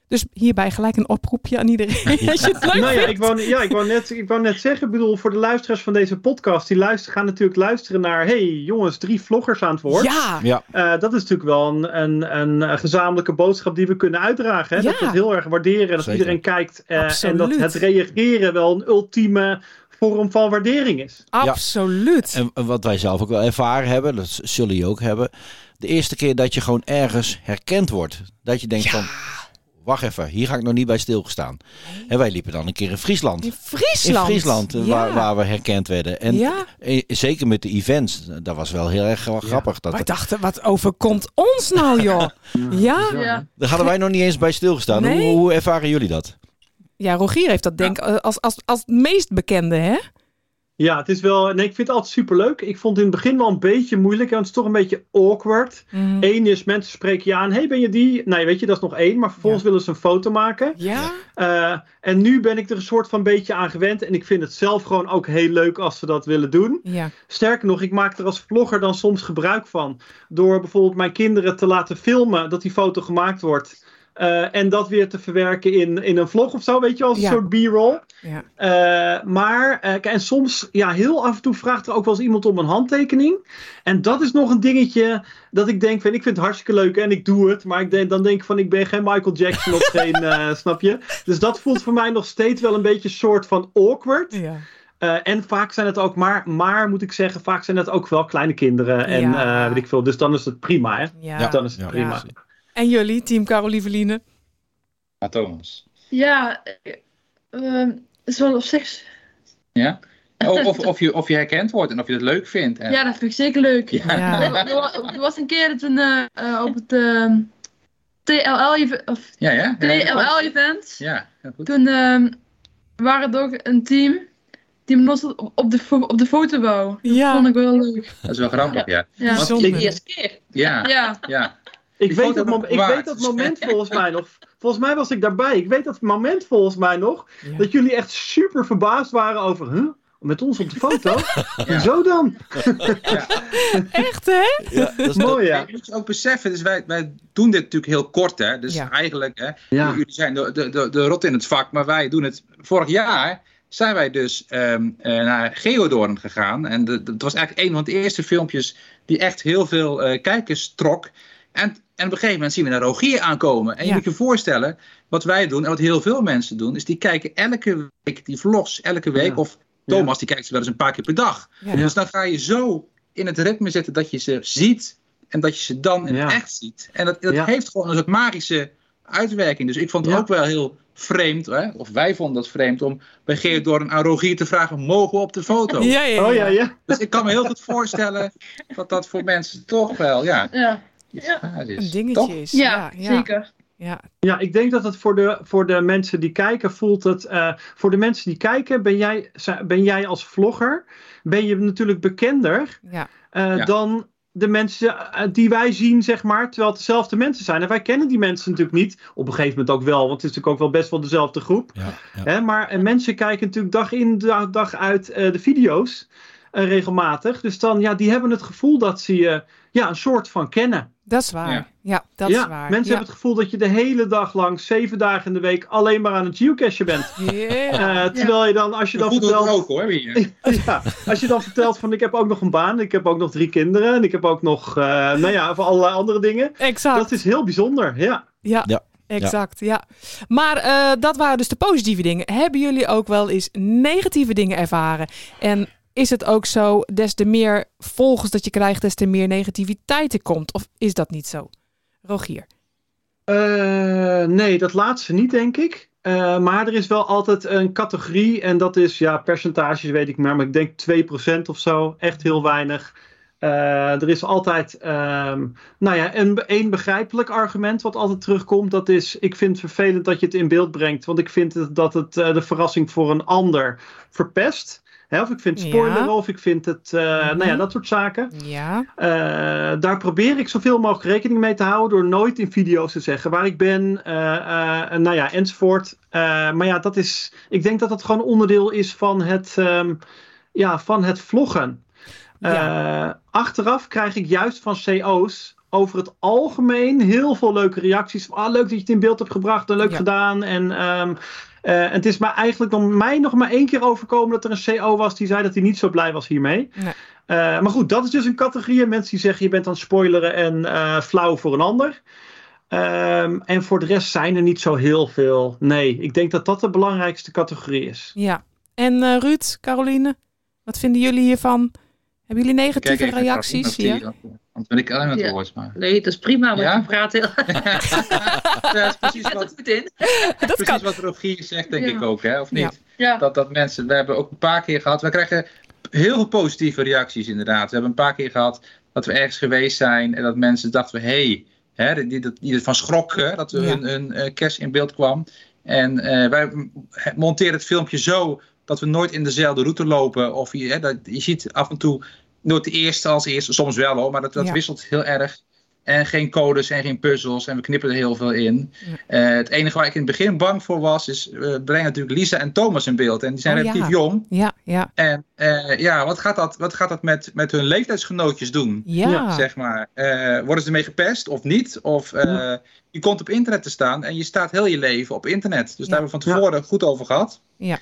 S2: Dus hierbij gelijk een oproepje aan iedereen. Als je het leuk
S4: Nou ja,
S2: vindt.
S4: ik wou, ja ik, wou net, ik wou net zeggen, ik bedoel, voor de luisteraars van deze podcast, die luisteren, gaan natuurlijk luisteren naar, hey jongens, drie vloggers aan het woord.
S2: Ja,
S1: ja.
S4: Eh, dat is natuurlijk wel een, een, een eh, gezamenlijke boodschap die we kunnen uitdragen. Hè? Dat
S2: Ja.
S4: we het heel erg waarderen, dat
S1: Zeker.
S4: iedereen kijkt eh, en dat
S2: Absoluut.
S4: het reageren wel een ultieme vorm van waardering is.
S2: absoluut.
S1: En en wat wij zelf ook wel ervaren hebben, dat z- zullen jullie ook hebben. De eerste keer dat je gewoon ergens herkend wordt. Dat je denkt van, Wacht even, hier ga ik nog niet bij stilgestaan. En wij liepen dan een keer in Friesland.
S2: In Friesland.
S1: In Friesland, eh,
S2: Ja.
S1: waar, waar we herkend werden. En
S2: ja,
S1: eh, zeker met de events, eh, dat was wel heel erg gra- grappig. Dat,
S2: wij dachten, wat overkomt ons nou, joh? ja.
S5: Ja.
S4: Ja.
S1: daar hadden wij nog niet eens bij stilgestaan.
S2: Nee.
S1: Hoe, hoe ervaren jullie dat?
S2: ja, Rogier heeft dat denk ik als, als, als het meest bekende, hè?
S4: ja, het is wel. Nee, ik vind het altijd superleuk. Ik vond het in het begin wel een beetje moeilijk, want het is toch een beetje awkward.
S2: Mm.
S4: Eén is, mensen spreken je aan. hey, ben je die? Nee, weet je, dat is nog één. Maar vervolgens willen ze een foto maken.
S2: Ja?
S4: Eh, en nu ben ik er een soort van beetje aan gewend. En ik vind het zelf gewoon ook heel leuk als ze dat willen doen.
S2: Ja.
S4: Sterker nog, ik maak er als vlogger dan soms gebruik van. Door bijvoorbeeld mijn kinderen te laten filmen dat die foto gemaakt wordt. Eh, en dat weer te verwerken in, in een vlog of zo, weet je, wel, als
S2: Ja.
S4: een soort b-roll.
S2: ja.
S4: Eh, maar, eh, kijk, en soms, ja, heel af en toe vraagt er ook wel eens iemand om een handtekening. En dat is nog een dingetje dat ik denk van, ik vind het hartstikke leuk en ik doe het. Maar ik denk, dan denk ik van, ik ben geen Michael Jackson of geen, eh, snap je? Dus dat voelt voor mij nog steeds wel een beetje een soort van awkward.
S2: ja.
S4: Eh, en vaak zijn het ook, maar, maar moet ik zeggen, vaak zijn het ook wel kleine kinderen. En
S2: Ja.
S4: eh, weet ik veel, dus dan is het prima, hè?
S2: Ja.
S1: Ja.
S4: Dan is het prima.
S2: precies. En jullie, team Carolieveline?
S3: Maar Ah, Thomas.
S5: Ja, eh, ehm, het is wel op zich.
S3: Ja? Of, of, of, je, of je herkend wordt en of je dat leuk vindt. En,
S5: Ja, dat vind ik zeker leuk.
S3: Ja.
S5: Er,
S2: Ja.
S5: wa- er wa- er was een keer dat we eh, eh, op het ehm, TLL, eve- of
S3: ja, ja.
S5: TLL event.
S3: Ja, heel goed.
S5: Toen ehm, waren er ook een team die me los op op de, fo- op de foto wou.
S2: Ja.
S5: Vond ik wel leuk.
S3: Dat is wel grappig, ja.
S5: Ja.
S2: Bijzonder.
S3: Want ik-
S5: eerste keer.
S3: Ja,
S5: Ja.
S3: ja.
S4: Ik
S3: Die
S4: weet,
S3: foto
S4: dat
S3: heb
S4: mom-
S3: ik
S4: ik
S3: bewaard.
S4: weet dat moment volgens mij nog. Volgens mij was ik daarbij. Ik weet dat moment volgens mij nog.
S2: Ja.
S4: Dat jullie echt super verbaasd waren over. Huh? Met ons op de foto? Zo dan?
S2: Echt, hè?
S1: Ja, dat is
S4: Mooi, ja.
S3: Je moet je ook beseffen, dus wij, wij doen dit natuurlijk heel kort, hè. Dus
S2: Ja.
S3: eigenlijk, hè,
S4: Ja.
S3: jullie zijn de, de, de, de rot in het vak, maar wij doen het... Vorig jaar zijn wij dus ehm, eh, naar Geodoorn gegaan. En de- de- dat was eigenlijk een van de eerste filmpjes die echt heel veel eh, kijkers trok. En, en op een gegeven moment zien we naar Rogier aankomen. En
S2: Ja.
S3: je moet je voorstellen, wat wij doen en wat heel veel mensen doen... is die kijken elke week die vlogs, elke week.
S4: Ja.
S3: Of Thomas, die kijkt ze wel eens een paar keer per dag.
S2: Ja.
S4: Ja.
S3: Dus dan ga je zo in het ritme zitten dat je ze ziet en dat je ze dan in het
S4: Ja.
S3: echt ziet. En dat, dat
S4: Ja.
S3: heeft gewoon een soort magische uitwerking. Dus ik vond het
S4: Ja.
S3: ook wel heel vreemd, hè? of wij vonden dat vreemd, om bij Geert Doorn aan Rogier te vragen, mogen we op de foto?
S2: Ja, ja,
S4: Oh ja, ja.
S3: Dus ik kan me heel goed voorstellen dat dat voor mensen toch wel, ja,
S5: Ja.
S3: iets
S5: Ja.
S3: raars is.
S2: Een dingetje
S3: Toch?
S2: is.
S5: Ja, zeker.
S2: Ja.
S4: Ja, ik denk dat het voor de, voor de mensen die kijken voelt het. eh, voor de mensen die kijken, ben jij, zijn- ben jij als vlogger. Ben je natuurlijk bekender
S2: Ja.
S4: eh,
S3: Ja.
S4: dan de mensen eh, die wij zien, zeg maar. Terwijl het dezelfde mensen zijn. En wij kennen die mensen natuurlijk niet. Op een gegeven moment ook wel, want het is natuurlijk ook wel best wel dezelfde groep.
S1: Ja, ja.
S4: Hè, maar eh, mensen kijken natuurlijk dag in, dag, dag uit eh, de video's eh, regelmatig. Dus dan, ja, die hebben het gevoel dat ze je ja, een soort van kennen.
S2: Dat is waar. Ja,
S3: Ja.
S2: dat
S4: ja,
S2: is waar.
S4: Mensen
S2: ja.
S4: hebben het gevoel dat je de hele dag lang, zeven dagen in de week, alleen maar aan het geocachen bent.
S2: Ja.
S4: Eh, terwijl je dan, als je
S3: Je
S4: dan
S3: voelt het
S4: vertelt...
S3: ook hoor, hier.
S4: Ja, als je dan vertelt van ik heb ook nog een baan, ik heb ook nog drie kinderen en ik heb ook nog, eh, nou ja, van allerlei andere dingen.
S2: Exact.
S4: Dat is heel bijzonder, ja.
S2: Ja,
S1: Ja,
S2: exact. Ja. Maar eh, dat waren dus de positieve dingen. Hebben jullie ook wel eens negatieve dingen ervaren? En is het ook zo, des te meer volgers dat je krijgt, des te meer negativiteit er komt? Of is dat niet zo? Rogier.
S4: Eh, nee, dat laatste niet, denk ik. Eh, maar er is wel altijd een categorie en dat is, ja, percentages weet ik maar, maar ik denk 2% of zo. Echt heel weinig. Eh, er is altijd, ehm, nou ja, een, een begrijpelijk argument wat altijd terugkomt. Dat is, ik vind het vervelend dat je het in beeld brengt. Want ik vind het, dat het eh, de verrassing voor een ander verpest. Hè, of ik vind het spoiler
S2: Ja.
S4: of ik vind het, eh,
S2: Mhm.
S4: nou ja, dat soort zaken.
S2: Ja.
S4: Eh, daar probeer ik zoveel mogelijk rekening mee te houden door nooit in video's te zeggen waar ik ben, eh, eh, nou ja, enzovoort. Eh, maar ja, dat is, ik denk dat dat gewoon onderdeel is van het, ehm, ja, van het vloggen. Eh, achteraf krijg ik juist van CO's over het algemeen heel veel leuke reacties. Van, Ah, leuk dat je het in beeld hebt gebracht en leuk
S2: Ja.
S4: gedaan. En ehm, eh, het is maar eigenlijk nog, mij nog maar één keer overkomen dat er een CO was die zei dat hij niet zo blij was hiermee.
S2: Nee.
S4: Eh, maar goed, dat is dus een categorie. Mensen die zeggen je bent aan het spoileren en eh, flauw voor een ander. Ehm, en voor de rest zijn er niet zo heel veel. Nee, ik denk dat dat de belangrijkste categorie is.
S2: ja. En eh, Ruud, Caroline, wat vinden jullie hiervan? Hebben jullie negatieve
S3: Kijk even,
S2: reacties?
S3: of die-
S2: Ja.
S3: of Want ben ik alleen met
S5: Ja.
S3: de woord. Maar...
S5: Nee, dat is prima, want
S3: Ja?
S5: je praat heel erg
S3: Ja, dat is precies
S5: er
S3: wat,
S5: goed in.
S2: Dat kan.
S3: precies wat Rogier zegt, denk
S5: Ja.
S3: ik ook, hè? of
S2: Ja.
S3: niet?
S5: Ja,
S3: Dat, dat mensen, we hebben ook een paar keer gehad, we krijgen heel veel positieve reacties inderdaad. We hebben een paar keer gehad dat we ergens geweest zijn en dat mensen dachten, hé, hey, die, die, dat- die ervan schrokken dat er
S2: Ja.
S3: een, een eh, kerst in beeld kwam. En eh, wij m- monteren het filmpje zo dat we nooit in dezelfde route lopen. Of je, hè, dat, je ziet af en toe nooit de eerste als eerste, soms wel hoor, maar dat, dat
S2: Ja.
S3: wisselt heel erg. En geen codes en geen puzzels en we knippen er heel veel in. Eh, het enige waar ik in het begin bang voor was, is eh, we brengen natuurlijk Lisa en Thomas in beeld. En die zijn
S2: Oh, ja.
S3: relatief jong.
S2: Ja, ja,
S3: En eh, ja, wat gaat dat, wat gaat dat met, met hun leeftijdsgenootjes doen?
S2: ja.
S4: Ja,
S3: Zeg maar. Eh, worden ze ermee gepest of niet? Of eh,
S4: Ja.
S3: je komt op internet te staan en je staat heel je leven op internet. Dus
S2: Ja.
S3: daar hebben we van tevoren goed over gehad.
S2: Ja.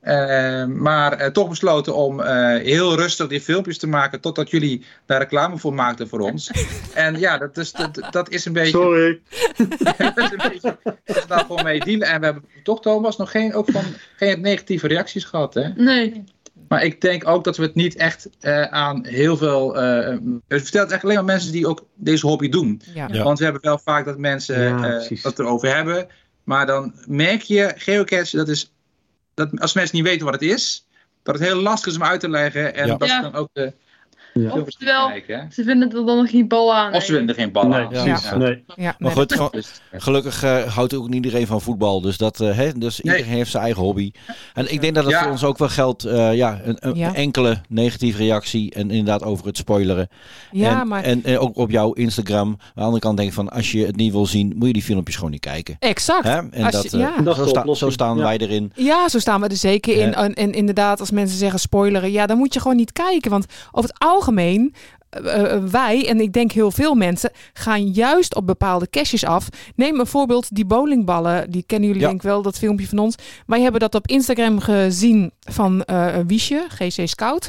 S3: Eh, maar eh, toch besloten om eh, heel rustig die filmpjes te maken totdat jullie daar reclame voor maakten voor ons. en ja, dat is, dat, dat is een beetje
S4: Sorry.
S3: dat is een beetje dat we daar gewoon mee dealen. En we hebben toch, Thomas, nog geen, ook van, geen negatieve reacties gehad. Hè?
S5: nee.
S3: Maar ik denk ook dat we het niet echt eh, aan heel veel. eh het vertelt echt alleen maar mensen die ook deze hobby doen.
S2: ja.
S6: Ja.
S3: Want we hebben wel vaak dat mensen
S4: Ja,
S3: eh,
S4: precies.
S3: het erover hebben. Maar dan merk je, geocache, dat is. Dat als mensen niet weten wat het is, dat het heel lastig is om uit te leggen. En
S6: Ja.
S3: dat
S5: Ja.
S3: ze dan ook de
S4: Ja.
S3: filmpjes gaan
S5: Oftewel-
S3: kijken, hè.
S5: Ze vinden er dan nog geen bal aan.
S3: Of ze winnen er geen ballen
S4: Nee,
S3: aan.
S4: precies.
S3: Ja.
S4: Nee.
S2: ja,
S1: Maar
S2: nee.
S1: goed, gewoon-
S3: Dus, eh,
S1: gelukkig eh, houdt ook niet iedereen van voetbal. Dus, dat, eh, hè, dus
S3: Nee.
S1: iedereen heeft zijn eigen hobby. En ik denk dat dat
S3: Ja.
S1: voor ons ook wel geldt. eh, ja, een, een
S2: Ja.
S1: enkele negatieve reactie. En inderdaad over het spoileren.
S2: ja,
S1: en,
S2: maar
S1: en, eh, ook op jouw Instagram. Aan de andere kant denk ik van, als je het niet wil zien, moet je die filmpjes gewoon niet kijken.
S2: exact.
S1: Hè? En
S2: Als
S1: dat,
S2: je-
S1: eh,
S2: ja.
S4: Dat is
S1: zo,
S4: de
S1: sta-
S4: oplossing.
S1: zo staan
S4: Ja.
S1: wij erin.
S2: Ja, zo staan we er zeker in.
S1: Ja.
S2: En, en inderdaad, als mensen zeggen spoileren, ja, dan moet je gewoon niet kijken. Want over het algemeen, eh, eh, wij en ik denk heel veel mensen, gaan juist op bepaalde caches af. Neem een voorbeeld die bowlingballen. Die kennen jullie
S1: Ja.
S2: denk ik wel, dat filmpje van ons. Wij hebben dat op Instagram gezien van eh Wiesje, GC Scout.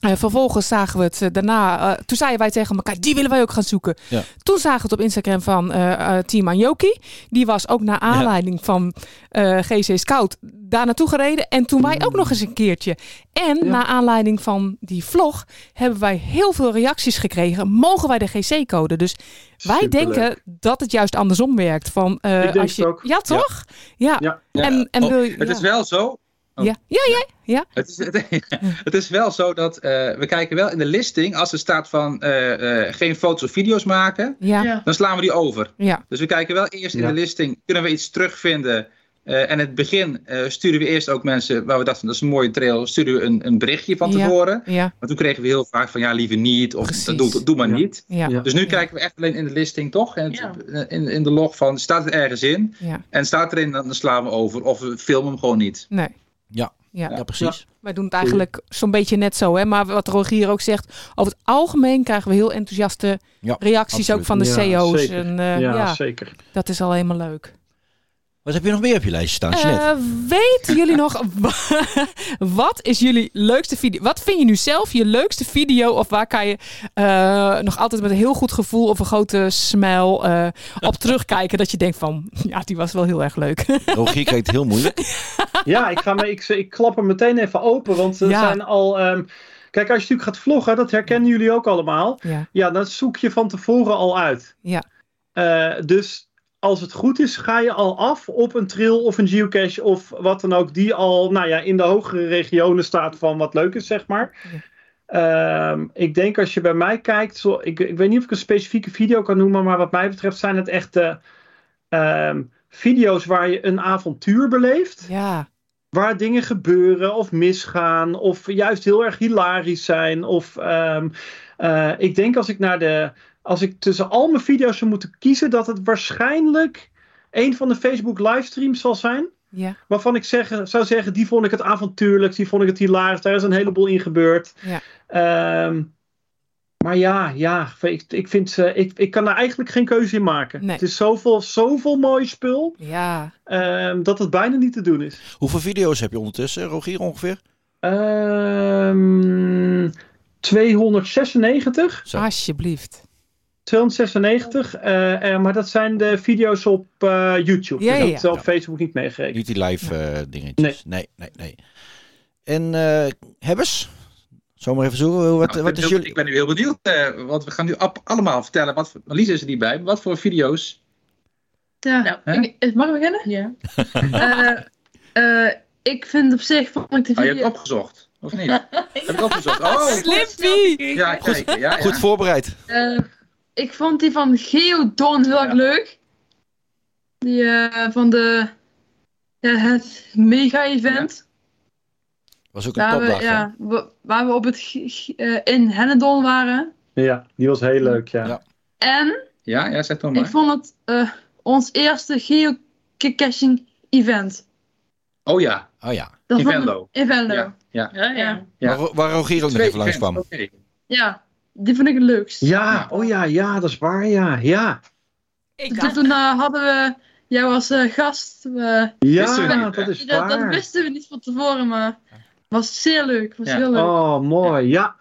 S2: Eh, vervolgens zagen we het eh, daarna. eh, toen zeiden wij tegen elkaar, die willen wij ook gaan zoeken.
S1: Ja.
S2: Toen zagen we het op Instagram van eh, eh, Team Anjoki. Die was ook naar aanleiding van eh, GC Scout daar naartoe gereden. En toen wij ook nog eens een keertje. En
S4: Ja.
S2: naar aanleiding van die vlog hebben wij heel veel reacties gekregen. Mogen wij de GC-code? Dus wij
S4: Superleuk.
S2: denken dat het juist andersom werkt. Van, eh,
S4: Ik denk
S2: als je...
S4: het ook.
S2: Ja, toch? Ja.
S4: Ja.
S2: En, en
S3: Oh,
S2: wil je...
S3: Het
S2: ja.
S3: is wel zo wel-
S2: Ja, ja, ja.
S3: Het is, het, het is wel zo dat eh, we kijken wel in de listing, als er staat van eh, eh, geen foto's of video's maken,
S2: ja.
S5: Ja.
S3: dan slaan we die over.
S2: Ja.
S3: Dus we kijken wel eerst in
S4: Ja.
S3: de listing, kunnen we iets terugvinden? Eh, en in het begin eh, sturen we eerst ook mensen waar we dachten dat is een mooie trail, sturen we een, een berichtje van
S2: Ja.
S3: tevoren.
S2: ja.
S3: Maar toen kregen we heel vaak van ja, liever niet, of
S2: Precies.
S3: dat doe, doe maar
S4: Ja.
S3: niet.
S2: Ja.
S4: Ja.
S3: Dus nu
S2: Ja.
S3: kijken we echt alleen in de listing toch? En het- eh,
S5: Ja.
S3: in, in de log van staat het ergens in?
S2: Ja.
S3: En staat erin, dan dan slaan we over. Of we filmen hem gewoon niet.
S2: Nee.
S1: Ja.
S2: Ja.
S1: Ja, precies.
S2: Wij doen het eigenlijk zo'n beetje net zo. Hè? Maar wat Rogier ook zegt, over het algemeen krijgen we heel enthousiaste
S1: Ja,
S2: reacties ook
S1: absoluut.
S2: van de
S4: Ja,
S2: CEO's.
S4: zeker.
S2: En, eh, ja,
S4: ja, zeker.
S2: dat is al helemaal leuk.
S1: Wat heb je nog meer op je lijstje staan, Jeanette?
S2: Eh, weten jullie nog, wa- wat is jullie leukste video? Wat vind je nu zelf je leukste video? Of waar kan je eh, nog altijd met een heel goed gevoel of een grote smile eh, op terugkijken? Dat je denkt van, ja, die was wel heel erg leuk.
S1: Rogier kijkt heel moeilijk.
S4: Ja, ik, ga me, ik, ik klap hem meteen even open, want er
S2: Ja.
S4: zijn al... ehm, kijk, als je natuurlijk gaat vloggen, dat herkennen jullie ook allemaal.
S2: ja,
S4: Ja, dat zoek je van tevoren al uit.
S2: Ja.
S4: Eh, dus als het goed is, ga je al af op een trail of een geocache of wat dan ook, die al nou ja, in de hogere regionen staat van wat leuk is, zeg maar.
S2: Ja.
S4: Ehm, ik denk als je bij mij kijkt, zo, ik, ik weet niet of ik een specifieke video kan noemen, maar wat mij betreft zijn het echt eh, ehm, video's waar je een avontuur beleeft
S2: ja,
S4: waar dingen gebeuren of misgaan of juist heel erg hilarisch zijn. Of ehm, eh, ik denk als ik naar de als ik tussen al mijn video's zou moeten kiezen, dat het waarschijnlijk een van de Facebook livestreams zal zijn.
S2: ja,
S4: Waarvan ik zeggen, zou zeggen, die vond ik het avontuurlijk, die vond ik het hilarisch. Daar is een heleboel in gebeurd.
S2: Ja.
S4: Ehm, maar ja, ja ik, ik, vind ze, ik, ik kan daar eigenlijk geen keuze in maken.
S2: Nee.
S4: Het is zoveel, zoveel mooi spul
S2: ja.
S4: ehm, dat het bijna niet te doen is.
S1: Hoeveel video's heb je ondertussen, Rogier, ongeveer?
S4: Ehm 296.
S1: Zo.
S2: Alsjeblieft.
S4: 296. eh, eh, maar dat zijn de video's op eh, YouTube.
S2: Ja,
S4: dus
S2: ja,
S4: dat is
S1: ja.
S4: op Facebook niet meegerekend.
S1: Niet die live eh, dingetjes. Nee, nee, nee. En eh, hebbers? Zomaar even zoeken. Wat,
S3: Nou,
S1: wat
S3: ik, ben
S1: is
S3: heel-
S1: jullie...
S3: ik ben nu heel benieuwd, eh, want we gaan nu ab- allemaal vertellen. Wat, voor- maar Lies is er niet bij. maar Wat voor video's?
S5: Ja,
S3: Hè?
S5: ik- ik- mag ik beginnen?
S6: Ja.
S5: Eh, eh, ik vind op zich, vond ik de
S3: Ah, je hebt
S5: video...
S3: opgezocht, of niet? Heb ik opgezocht? Oh,
S2: Slippy!
S3: ja, kijk. Ja, ja.
S1: Goed voorbereid.
S5: eh, ik vond die van Geodon heel erg
S3: Ja.
S5: leuk. Die eh, van de... Ja, het mega-event.
S1: Was ook een
S2: Nou,
S5: Waar,
S1: topdag.
S5: we,
S1: hè?
S5: ja, wa- waar we op het, ge- ge- eh, in Hennedon waren.
S4: Ja, die was heel leuk, ja.
S1: Ja.
S5: En
S3: ja, ja, zeg dan
S5: Ik
S3: maar.
S5: vond het eh, ons eerste geocaching event.
S3: Oh ja,
S1: Oh ja.
S5: Dat
S3: In
S5: vond ik-
S3: Venlo.
S5: In Venlo.
S3: Ja.
S5: Ja.
S6: Ja, ja.
S5: Ja.
S3: Ja.
S1: Waar, waar Rogier ook nog
S3: Twee
S1: even langs kwam.
S3: events, oké.
S5: die vond ik het leukst.
S4: Ja, oh ja, ja, dat is waar, ja. Ja,
S2: Ik
S5: Toen, toen, eh, hadden we jou als eh, gast. eh,
S3: Wisten we
S4: ja
S3: niet,
S4: dat
S3: hè?
S4: is
S5: dat, dat
S4: waar.
S5: wisten we niet van tevoren, maar het was zeer leuk. Was
S3: Ja.
S5: heel leuk.
S4: Oh, mooi, ja.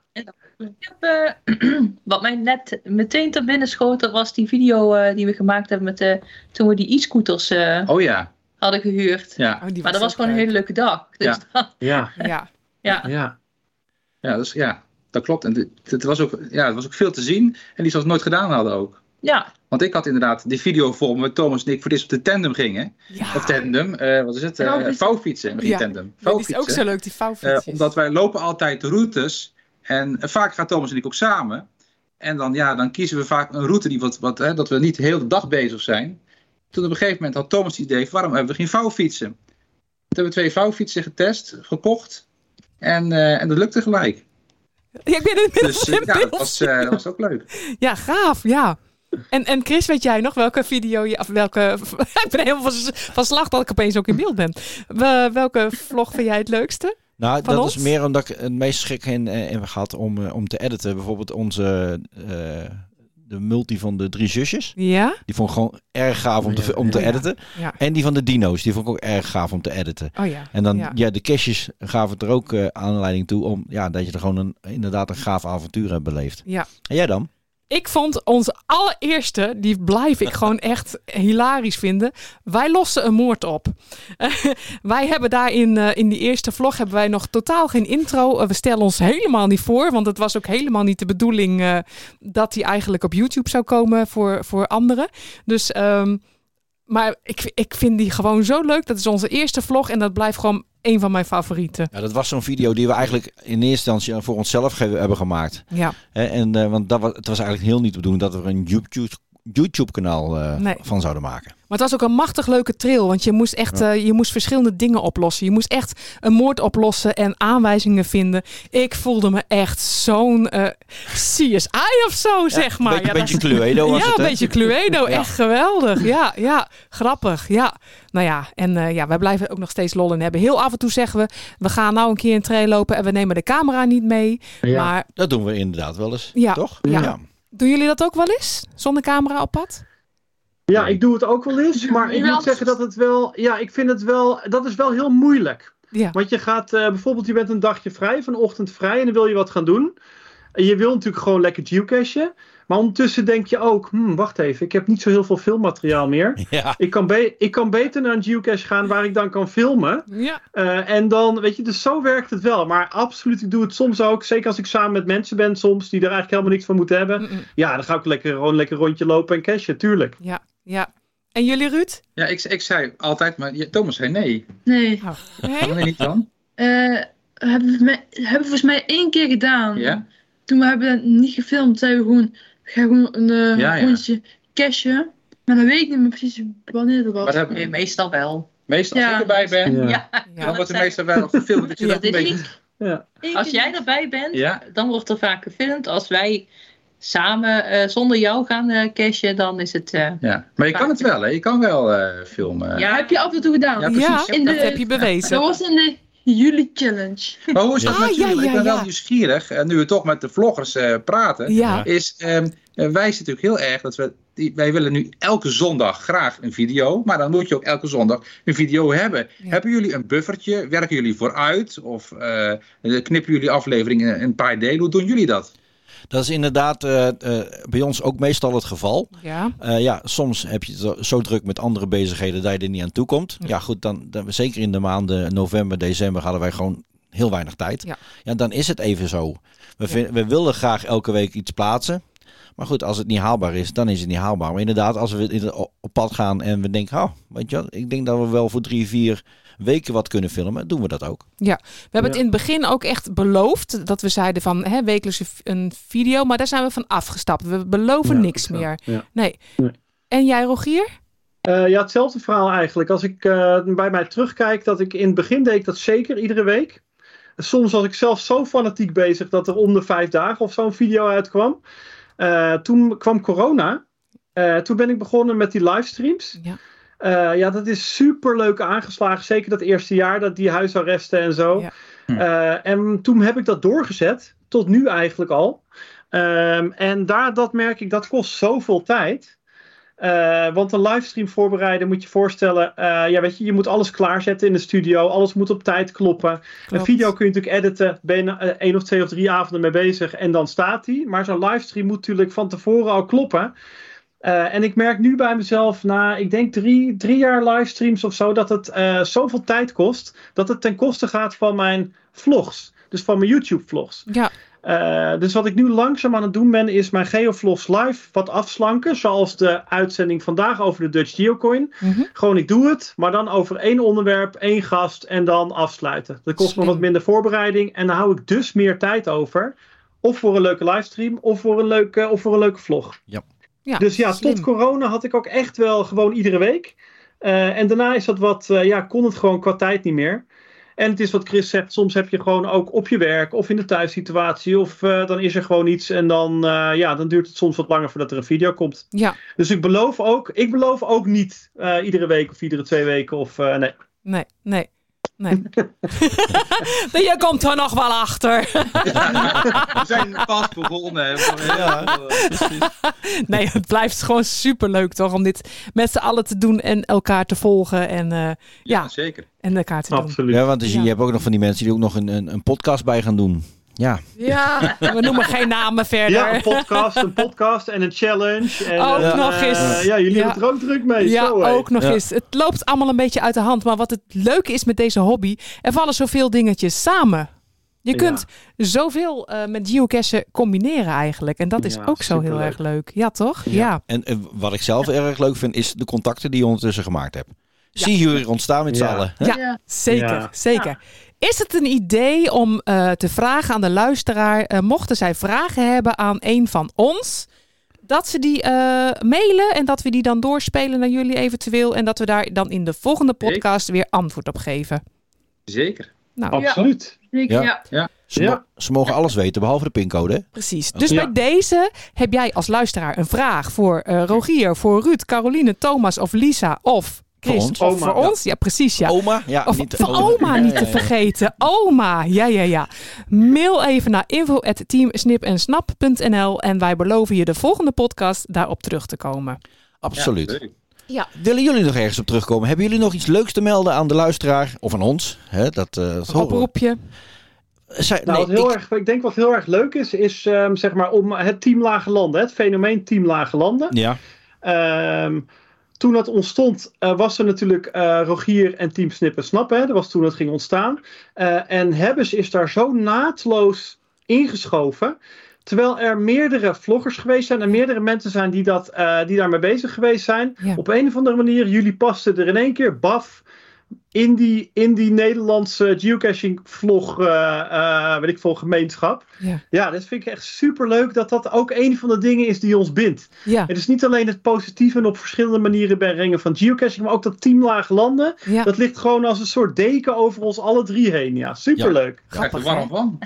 S6: Ik heb, eh, wat mij net meteen te binnen schoot, dat was die video eh, die we gemaakt hebben met, eh, toen we die e-scooters eh,
S3: Oh ja,
S6: hadden gehuurd.
S3: ja.
S2: Oh,
S6: Maar dat was gewoon een hele leuke dag. Dus dat-
S4: Ja,
S2: Ja.
S6: ja.
S4: ja.
S3: Ja, dus, ja dat klopt. En dit- het was, ook, ja, het was ook veel te zien. En die ze nooit gedaan hadden ook.
S6: ja,
S3: Want ik had inderdaad die video voor me met Thomas en ik voor dit op de tandem gingen.
S2: ja.
S3: Of tandem, eh, wat is het? Eh
S5: Vouwfietsen.
S3: vouwfietsen. Geen
S2: Ja,
S3: tandem.
S2: Dat is ook
S3: Vouwfietsen.
S2: zo leuk, die
S3: Eh,
S2: vouwfietsjes.
S3: omdat wij lopen altijd de routes. En eh, vaak gaan Thomas en ik ook samen. En dan, ja, dan kiezen we vaak een route die wat, wat, hè, dat we niet heel de dag bezig zijn. Toen op een gegeven moment had Thomas het idee: van, waarom hebben we geen vouwfietsen? Toen hebben we twee vouwfietsen getest, gekocht. En, eh, en dat lukte gelijk.
S2: Ja, ik ben in het midden
S3: Dus
S2: van
S3: eh,
S2: een
S3: ja, dat
S2: beeld.
S3: was, eh, dat was ook leuk.
S2: Ja, gaaf, ja. En, en Chris, weet jij nog welke video je... Of welke, ik ben helemaal van, van slag dat ik opeens ook in beeld ben. We- welke vlog vind jij het leukste?
S1: Nou,
S2: Van
S1: dat
S2: ons?
S1: is meer omdat ik het meest schrik in, eh, in gehad om, eh, om te editen. Bijvoorbeeld onze... eh, de multi van de drie zusjes.
S2: Ja?
S1: Die vond ik gewoon erg gaaf om te, om te
S2: Ja.
S1: editen.
S2: Ja.
S1: En die van de dino's. Die vond ik ook erg gaaf om te editen.
S2: Oh ja.
S1: En dan, ja,
S2: Ja.
S1: de caches gaven het er ook eh, aanleiding toe om, ja, dat je er gewoon een, inderdaad een gaaf avontuur hebt beleefd.
S2: Ja.
S1: En jij dan?
S2: Ik vond onze allereerste, die blijf ik gewoon echt hilarisch vinden. Wij lossen een moord op. wij hebben daar in, eh, in die eerste vlog hebben wij nog totaal geen intro. Eh, we stellen ons helemaal niet voor, want het was ook helemaal niet de bedoeling eh, dat die eigenlijk op YouTube zou komen voor, voor anderen. Dus, ehm, maar ik, ik vind die gewoon zo leuk. Dat is onze eerste vlog en dat blijft gewoon een van mijn favorieten.
S1: Ja, dat was zo'n video die we eigenlijk in eerste instantie voor onszelf ge- hebben gemaakt.
S2: Ja,
S1: Hè, en, eh, want dat was, het was eigenlijk heel niet te bedoelen dat we er een YouTube, YouTube kanaal eh,
S2: Nee.
S1: van zouden maken.
S2: Maar het was ook een machtig leuke trail. Want je moest echt eh, je moest verschillende dingen oplossen. Je moest echt een moord oplossen en aanwijzingen vinden. Ik voelde me echt zo'n eh CSI of zo, zeg maar.
S1: Een beetje,
S2: ja, dat-
S1: beetje Cluedo was
S2: ja,
S1: het,
S2: een
S1: hè?
S2: beetje Cluedo.
S1: Ja.
S2: Echt geweldig. Ja, ja, grappig. Ja, nou ja, en eh, ja, wij blijven ook nog steeds lol in hebben. Heel af en toe zeggen we, we gaan nou een keer een trail lopen en we nemen de camera niet mee.
S4: Ja.
S2: Maar
S1: Dat doen we inderdaad wel eens,
S2: Ja.
S1: toch?
S2: Ja. doen jullie dat ook wel eens? Zonder camera op pad?
S4: Ja, ik doe het ook wel eens, maar ik
S5: Jawel.
S4: moet zeggen dat het wel, ja, ik vind het wel, dat is wel heel moeilijk.
S2: Ja.
S4: Want je gaat eh, bijvoorbeeld, je bent een dagje vrij, vanochtend vrij, en dan wil je wat gaan doen. En je wil natuurlijk gewoon lekker geocachen, maar ondertussen denk je ook, hmm, wacht even, ik heb niet zo heel veel filmmateriaal meer.
S1: Ja.
S4: Ik kan, be- ik kan beter naar een geocache gaan waar ik dan kan filmen.
S2: Ja.
S4: Eh, en dan, weet je, dus zo werkt het wel. Maar absoluut, ik doe het soms ook. Zeker als ik samen met mensen ben, soms die er eigenlijk helemaal niks van moeten hebben.
S2: Mm-mm.
S4: Ja, dan ga ik lekker gewoon lekker rondje lopen en cashen, tuurlijk.
S2: Ja, ja. En jullie, Ruud?
S3: Ja, ik, ik zei altijd, maar ja, Thomas zei nee.
S5: Nee.
S2: Oh, nee?
S3: Waarom niet dan?
S5: Eh, hebben, we, mij- hebben we volgens mij één keer gedaan.
S3: Ja?
S5: Toen we hebben het niet gefilmd, zijn we gewoon, we gaan gewoon een eh,
S3: Ja, ja.
S5: rondje cashen. Maar dan weet ik niet meer precies wanneer dat was.
S3: Wat hebben
S6: Nee,
S3: we?
S6: eh, meestal wel.
S3: Meestal als
S5: Ja.
S3: ik erbij ben,
S4: Ja.
S6: Ja.
S3: dan
S2: Ja.
S3: wordt er meestal wel gefilmd. Dat je
S2: Ja,
S3: dat een
S6: dit
S3: beetje...
S5: Eén
S6: Als
S5: keer
S6: jij erbij bent,
S3: Ja.
S6: dan wordt er vaak gefilmd. Als wij samen eh, zonder jou gaan eh cashen, dan is het... eh,
S3: Ja. Maar je kan het wel, hè? Je kan wel eh, filmen.
S6: ja,
S5: Heb je af en toe gedaan.
S3: Ja,
S2: Ja,
S3: precies.
S5: In
S2: dat
S5: de-
S2: heb je bewezen.
S5: Dat was in de juli challenge.
S3: Maar hoe is dat
S2: Ah,
S3: met
S2: ja,
S3: jullie?
S2: ja,
S3: ik ben
S2: ja.
S3: wel nieuwsgierig, en nu we toch met de vloggers eh, praten,
S2: Ja,
S3: is ehm, eh, wij zitten natuurlijk heel erg dat we, die, wij willen nu elke zondag graag een video, maar dan moet je ook elke zondag een video hebben.
S2: Ja.
S3: Hebben jullie een buffertje? Werken jullie vooruit? Of eh, knippen jullie afleveringen in een paar delen? Hoe doen jullie dat?
S1: Dat is inderdaad eh, eh, bij ons ook meestal het geval.
S2: ja.
S1: Eh, ja, soms heb je het zo- zo druk met andere bezigheden dat je er niet aan toe komt. Ja, goed, dan, dan zeker in de maanden november, december hadden wij gewoon heel weinig tijd.
S2: Ja.
S1: ja dan is het even zo. We, vin- we willen graag elke week iets plaatsen. Maar goed, als het niet haalbaar is, dan is het niet haalbaar. Maar inderdaad, als we in- op pad gaan en we denken, oh, weet je, wel, ik denk dat we wel voor drie, vier weken wat kunnen filmen, doen we dat ook.
S2: We hebben
S4: Ja.
S2: het in het begin ook echt beloofd dat we zeiden van hè, wekelijks een v- een video, maar daar zijn we van afgestapt. We beloven
S4: Ja,
S2: niks
S4: ja,
S2: meer.
S4: ja.
S2: Nee.
S4: Nee.
S2: En jij, Rogier?
S4: Eh, ja, hetzelfde verhaal eigenlijk. Als ik eh, bij mij terugkijk, dat ik in het begin deed ik dat zeker iedere week. Soms was ik zelf zo fanatiek bezig dat er om de vijf dagen of zo'n video uitkwam. Eh, toen kwam corona. Eh, toen ben ik begonnen met die livestreams.
S2: Ja.
S4: Eh, ja, dat is super leuk aangeslagen. Zeker dat eerste jaar, dat die huisarresten en zo.
S2: Ja.
S3: Hm.
S4: Eh, en toen heb ik dat doorgezet, tot nu eigenlijk al. Ehm, en daar, dat merk ik, dat kost zoveel tijd. Eh, want een livestream voorbereiden moet je voorstellen. eh, ja, weet je, je moet alles klaarzetten in de studio. Alles moet op tijd kloppen. Een
S2: Klopt.
S4: video kun je natuurlijk editen. Ben je eh, één of twee of drie avonden mee bezig en dan staat die. Maar zo'n livestream moet natuurlijk van tevoren al kloppen. Eh, en ik merk nu bij mezelf, na ik denk drie, drie jaar livestreams of zo, dat het eh, zoveel tijd kost. Dat het ten koste gaat van mijn vlogs. Dus van mijn YouTube-vlogs.
S2: Ja,
S4: Eh, dus wat ik nu langzaam aan het doen ben, is mijn Geovlogs live wat afslanken. Zoals de uitzending vandaag over de Dutch Geocoin.
S2: mhm.
S4: Gewoon, ik doe het, maar dan over één onderwerp, één gast en dan afsluiten. Dat kost me
S2: Slim.
S4: wat minder voorbereiding en dan hou ik dus meer tijd over. Of voor een leuke livestream, of voor een leuke, of voor een leuke vlog.
S2: ja.
S4: Dus ja,
S2: slim.
S4: tot corona had ik ook echt wel gewoon iedere week. Eh, en daarna is dat wat, eh, ja, kon het gewoon qua tijd niet meer. En het is wat Chris zegt, soms heb je gewoon ook op je werk of in de thuissituatie. Of eh, dan is er gewoon iets en dan, eh, ja, dan duurt het soms wat langer voordat er een video komt.
S2: Ja,
S4: Dus ik beloof ook, ik beloof ook niet eh, iedere week of iedere twee weken of eh, nee.
S2: nee, nee. Nee. Je komt er nog wel achter.
S3: We zijn pas begonnen.
S2: Nee, het blijft gewoon superleuk toch om dit met z'n allen te doen en elkaar te volgen en, eh, ja,
S3: zeker.
S2: en elkaar te doen.
S4: Absoluut.
S1: Ja, want dus
S2: Ja.
S1: je hebt ook nog van die mensen die ook nog een, een, een podcast bij gaan doen. Ja,
S2: Ja, we noemen geen namen verder.
S4: Ja, een podcast, een podcast en een challenge. En,
S2: Ook
S4: eh,
S2: nog eens.
S4: eh, ja, jullie
S2: Ja.
S4: hebben er ook druk mee.
S2: Ja,
S4: zo, hé.
S2: ook nog
S1: Ja.
S2: eens. Het loopt allemaal een beetje uit de hand. Maar wat het leuke is met deze hobby, er vallen zoveel dingetjes samen. Je
S4: Ja.
S2: kunt zoveel eh, met geocachen combineren eigenlijk. En dat is
S4: Ja,
S2: ook zo heel
S4: superleuk.
S2: erg leuk. Ja, toch? Ja.
S1: en eh, wat ik zelf erg leuk vind, is de contacten die je ondertussen gemaakt hebt.
S2: Ja.
S1: Zie jullie ontstaan met z'n
S4: Ja.
S1: allen.
S2: Ja.
S6: Ja.
S2: Zeker,
S4: Ja.
S2: zeker. Is het een idee om eh, te vragen aan de luisteraar, eh, mochten zij vragen hebben aan een van ons, dat ze die eh, mailen en dat we die dan doorspelen naar jullie eventueel en dat we daar dan in de volgende podcast weer antwoord op geven?
S3: Zeker.
S2: Nou,
S4: Absoluut.
S6: Zeker,
S1: Ja.
S6: ja.
S1: Ze, mo-
S4: Ja.
S1: ze mogen alles weten, behalve de pincode. hè?
S2: Precies. Dus
S4: Ja.
S2: bij deze heb jij als luisteraar een vraag voor eh, Rogier, voor Ruud, Caroline, Thomas of Lisa of Chris
S1: ons.
S2: of
S4: Oma,
S2: voor
S4: ja.
S2: ons. Ja, precies. Ja.
S1: Oma? Ja,
S2: Of
S1: niet
S2: voor oma niet te
S1: Ja, ja, ja.
S2: vergeten. Oma, ja, ja, ja. Mail even naar info.teamsnipensnap.nl en wij beloven je de volgende podcast daarop terug te komen.
S1: Absoluut.
S3: Ja, leuk.
S1: Willen jullie nog ergens op terugkomen? Hebben jullie nog iets leuks te melden aan de luisteraar? Of aan ons? Hè, dat, eh dat
S2: Een
S1: horen we.
S2: oproepje.
S1: Zij-
S4: Nou,
S1: nee,
S4: wat heel
S1: ik-
S4: erg, ik denk wat heel erg leuk is, is ehm, zeg maar om het team Lage Landen, het fenomeen team Lage Landen.
S1: Ja,
S4: Ehm, toen dat ontstond, eh, was er natuurlijk eh, Rogier en Team Snippen Snappen. Hè? Dat was toen dat ging ontstaan. Eh, en Hebbes is daar zo naadloos ingeschoven. Terwijl er meerdere vloggers geweest zijn en meerdere mensen zijn die, dat, eh die daarmee bezig geweest zijn.
S2: Ja.
S4: Op een of andere manier, jullie pasten er in één keer baf in die, in die Nederlandse geocaching vlog, eh eh, weet ik veel, gemeenschap.
S2: Ja.
S4: ja, dat vind ik echt super leuk dat dat ook een van de dingen is die ons bindt.
S2: Ja,
S4: Het is niet alleen het positieve en op verschillende manieren brengen van geocaching, maar ook dat teamlaag landen.
S2: ja.
S4: Dat ligt gewoon als een soort deken over ons alle drie heen. Ja, superleuk.
S3: Ik krijg er
S2: Grappig,
S3: warm van.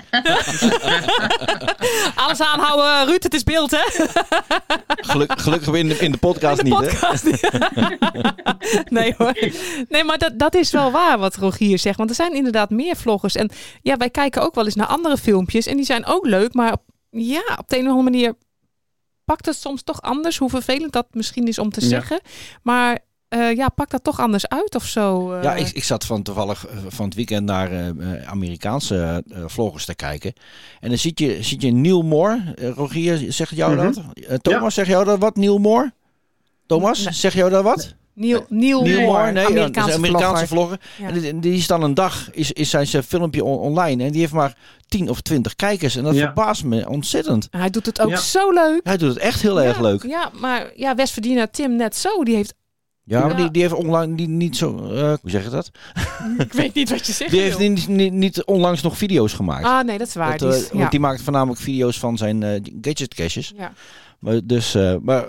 S2: Alles aanhouden, Ruud, het is beeld, hè?
S1: geluk, gelukkig in de, in de podcast
S2: de
S1: niet. Hè?
S2: podcast. nee hoor. Nee, maar dat, dat is wel waar wat Rogier zegt. Want er zijn inderdaad meer vloggers. En ja, wij kijken ook wel eens naar andere filmpjes. En die zijn ook leuk. Maar op- ja, op de een of andere manier pakt het soms toch anders. Hoe vervelend dat misschien is om te
S4: Ja.
S2: zeggen. Maar eh, ja, pak dat toch anders uit of zo. eh.
S1: Ja, ik, ik zat van toevallig eh, van het weekend naar eh, eh, Amerikaanse eh, vloggers te kijken. En dan ziet je, ziet je Neil Moore. Eh, Rogier, zegt jou
S4: Mhm.
S1: dat? Eh, Thomas, zegt jou dat wat? Neil Moore? Thomas,
S2: Nee.
S1: zegt jou dat wat?
S2: Neil, Neil,
S1: Neil Moore, nee, dat is
S2: Amerikaanse,
S1: een Amerikaanse
S2: vlogger.
S1: vlogger.
S2: Ja.
S1: En die, die is dan een dag, is, is zijn, zijn filmpje on- online en die heeft maar 10 of 20 kijkers. En dat
S4: Ja.
S1: verbaast me ontzettend.
S2: Hij doet het ook
S4: Ja.
S2: zo leuk.
S1: Hij doet het echt heel erg
S2: Ja,
S1: leuk.
S2: Ja, maar ja, Westverdienaar Tim net zo. Die heeft,
S1: Ja, maar
S2: Ja.
S1: Die, die heeft online die, niet zo, eh, hoe zeg je dat?
S2: ik weet niet wat je zegt.
S1: Die heeft
S2: joh.
S1: niet, niet, niet onlangs nog video's gemaakt.
S2: Ah nee, dat is waar.
S1: Dat,
S2: die,
S1: eh,
S2: is- ja.
S1: Want die maakt voornamelijk video's van zijn eh gadget caches.
S2: Ja.
S1: Maar, dus, eh, maar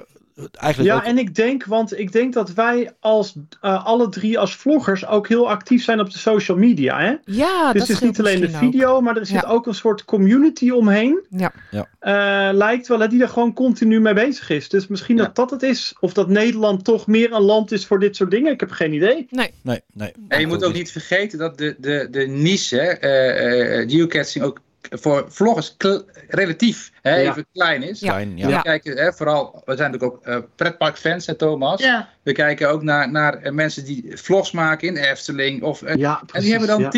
S1: eigenlijk
S4: Ja,
S1: ook-
S4: en ik denk, want ik denk dat wij als eh, alle drie als vloggers ook heel actief zijn op de social media. Hè?
S2: ja,
S4: dus
S2: dat
S4: het is niet
S2: scheelt
S4: alleen de
S2: misschien ook.
S4: video, maar er zit
S2: Ja.
S4: ook een soort community omheen.
S2: Ja.
S1: Ja.
S4: Eh, lijkt wel hè, die er gewoon continu mee bezig is. Dus misschien
S1: Ja.
S4: dat dat het is. Of dat Nederland toch meer een land is voor dit soort dingen. Ik heb geen idee.
S1: Nee, nee.
S3: En je moet ook niet vergeten dat de, de, de niche, hè, eh, eh, geocaching, ook voor vloggers kle- relatief hè,
S4: Ja.
S3: even klein is.
S1: Klein, ja.
S3: We
S2: Ja.
S3: kijken hè, vooral, we zijn natuurlijk ook eh, pretparkfans, hè, Thomas.
S5: Ja.
S3: We kijken ook naar, naar eh, mensen die vlogs maken in de Efteling. Of, eh,
S4: Ja,
S3: en die
S4: precies,
S3: hebben dan
S4: ja.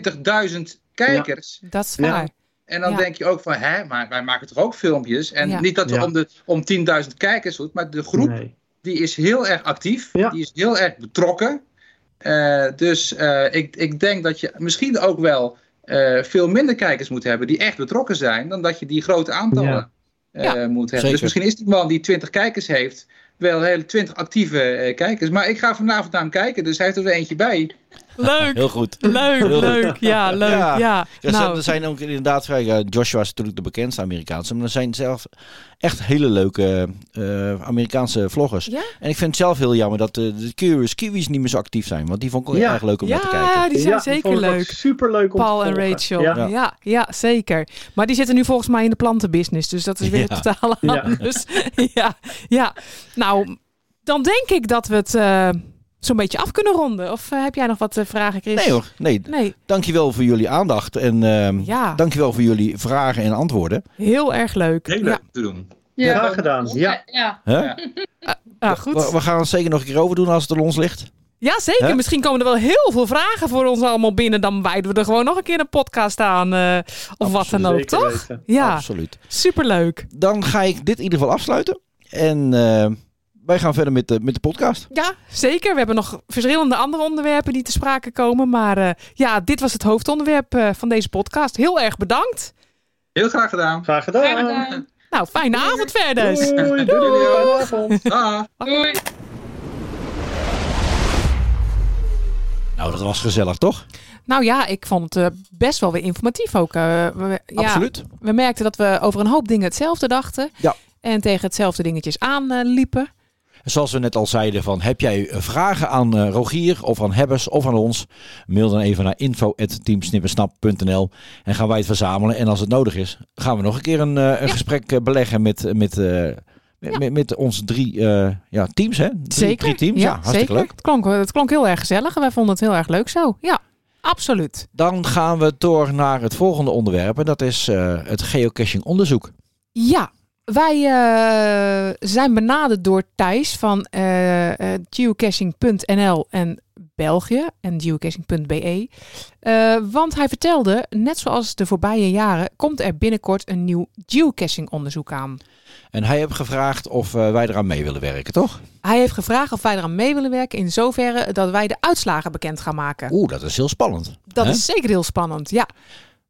S3: 10, 20.000 kijkers.
S2: Dat is
S4: Ja.
S2: waar.
S3: En dan
S2: Ja.
S3: denk je ook van, hè, maar wij maken toch ook filmpjes? En
S2: Ja.
S3: niet dat we
S4: Ja.
S3: om, de, om 10.000 kijkers doen, maar de groep
S4: Nee.
S3: die is heel erg actief.
S4: Ja.
S3: Die is heel erg betrokken. Eh, dus eh, ik, ik denk dat je misschien ook wel eh, veel minder kijkers moet hebben die echt betrokken zijn, dan dat je die grote aantallen
S4: Ja.
S3: eh,
S2: Ja.
S3: moet hebben.
S1: Zeker.
S3: Dus misschien is die man die 20 kijkers heeft, wel hele 20 actieve eh, kijkers. Maar ik ga vanavond naar hem kijken, dus hij heeft er weer eentje bij.
S2: Leuk.
S1: Heel goed.
S2: Leuk,
S1: Heel goed.
S2: leuk. Ja, leuk.
S1: Ja.
S2: Ja.
S1: Ja, ze-
S2: Nou,
S1: er zijn ook inderdaad vrij. ja, Joshua is natuurlijk de bekendste Amerikaanse. Maar er zijn zelf echt hele leuke eh, Amerikaanse vloggers.
S2: Ja?
S1: En ik vind het zelf heel jammer dat eh, de Curious Kiwis niet meer zo actief zijn. Want die vond ik ook
S4: Ja.
S1: erg leuk om naar te kijken.
S2: ja, die zijn zeker leuk.
S4: Super leuk om
S2: Paul
S4: te
S2: en
S4: volgen.
S2: Rachel.
S4: Ja.
S2: Ja. Ja, zeker. Maar die zitten nu volgens mij in de plantenbusiness. Dus dat is weer
S1: Ja.
S2: totaal
S4: Ja.
S2: anders. ja, ja. Nou, dan denk ik dat we het eh, zo'n beetje af kunnen ronden. Of eh, heb jij nog wat eh, vragen, Chris?
S1: Nee hoor, nee.
S2: Nee,
S1: Dankjewel voor jullie aandacht. En ehm
S2: Ja.
S1: dankjewel voor jullie vragen en antwoorden.
S2: heel erg leuk. ja.
S3: te doen.
S5: Ja.
S4: Graag gedaan. Ja.
S5: ja.
S1: Hè?
S3: Ja.
S2: Ah,
S1: We,
S2: goed.
S1: we gaan het zeker nog een keer over doen als het aan ons ligt.
S2: Ja, zeker.
S1: Hè?
S2: Misschien komen er wel heel veel vragen voor ons allemaal binnen. Dan wijden we er gewoon nog een keer een podcast aan. eh, of wat dan ook,
S4: Zeker
S2: toch?
S4: weten.
S2: Ja,
S1: Absoluut.
S2: superleuk.
S1: Dan ga ik dit in ieder geval afsluiten. En eh, wij gaan verder met de, met de podcast.
S2: Ja, zeker. We hebben nog verschillende andere onderwerpen die te sprake komen. Maar eh, ja, dit was het hoofdonderwerp eh, van deze podcast. Heel erg bedankt.
S3: Heel graag gedaan.
S4: Graag
S5: Graag
S4: gedaan.
S5: gedaan.
S2: Nou, fijne avond verder.
S4: Doei. Doei. Doei. Fijne avond.
S3: Dag.
S5: Doei.
S1: Nou, dat was gezellig, toch?
S2: Nou ja, ik vond het eh, best wel weer informatief ook. eh, we, ja,
S1: Absoluut.
S2: We merkten dat we over een hoop dingen hetzelfde dachten.
S1: Ja.
S2: En tegen hetzelfde dingetjes eh, aanliepen.
S1: Zoals we net al zeiden, van, heb jij eh, vragen aan eh, Rogier of aan Hebbers of aan ons? Mail dan even naar info.teamsnippersnap.nl en gaan wij het verzamelen. En als het nodig is, gaan we nog een keer een, eh, een
S2: Ja.
S1: gesprek eh, beleggen met, met, eh, met,
S2: Ja.
S1: met, met onze drie eh, ja, teams. Hè? Drie,
S2: zeker.
S1: drie teams, ja, hartstikke
S2: zeker.
S1: leuk.
S2: Het klonk, het klonk heel erg gezellig en wij vonden het heel erg leuk zo. Ja, absoluut.
S1: Dan gaan we door naar het volgende onderwerp en dat is eh, het geocaching onderzoek.
S2: Ja, wij eh, zijn benaderd door Thijs van eh, eh, geocaching.nl en België en geocaching.be. Eh, want hij vertelde, net zoals de voorbije jaren, komt er binnenkort een nieuw geocaching onderzoek aan.
S1: En hij heeft gevraagd of eh, wij eraan mee willen werken, toch?
S2: Hij heeft gevraagd of wij eraan mee willen werken in zoverre dat wij de uitslagen bekend gaan maken.
S1: Oeh, dat is heel spannend.
S2: Dat
S1: hè?
S2: is zeker heel spannend, ja.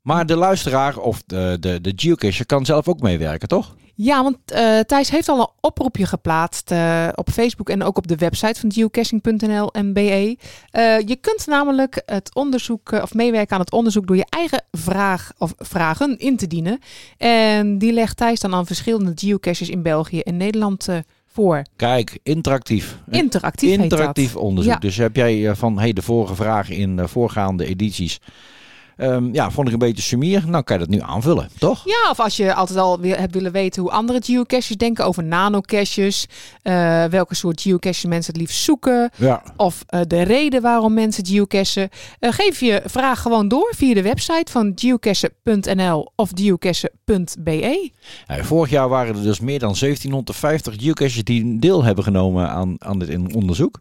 S1: Maar de luisteraar of de, de, de geocacher kan zelf ook meewerken, toch?
S2: Ja, want eh, Thijs heeft al een oproepje geplaatst eh, op Facebook en ook op de website van geocaching.nl en BE. Eh, je kunt namelijk het onderzoek eh, of meewerken aan het onderzoek door je eigen vraag of vragen in te dienen. En die legt Thijs dan aan verschillende geocaches in België en Nederland eh, voor.
S1: Kijk, interactief. Een
S2: Interactief, heet dat.
S1: interactief onderzoek.
S2: Ja.
S1: Dus heb jij eh, van hey, de vorige vraag in eh, voorgaande edities. ehm, ja, vond ik een beetje sumier. Nou kan je dat nu aanvullen, toch?
S2: Ja, of als je altijd al wil- hebt willen weten hoe andere geocaches denken over nanocaches. eh, welke soort geocaches mensen het liefst zoeken.
S1: Ja.
S2: of eh, de reden waarom mensen geocachen. Eh, geef je vraag gewoon door via de website van geocachen.nl of geocachen.be.
S1: Eh, vorig jaar waren er dus meer dan 1750 geocaches die deel hebben genomen aan, aan dit in- onderzoek.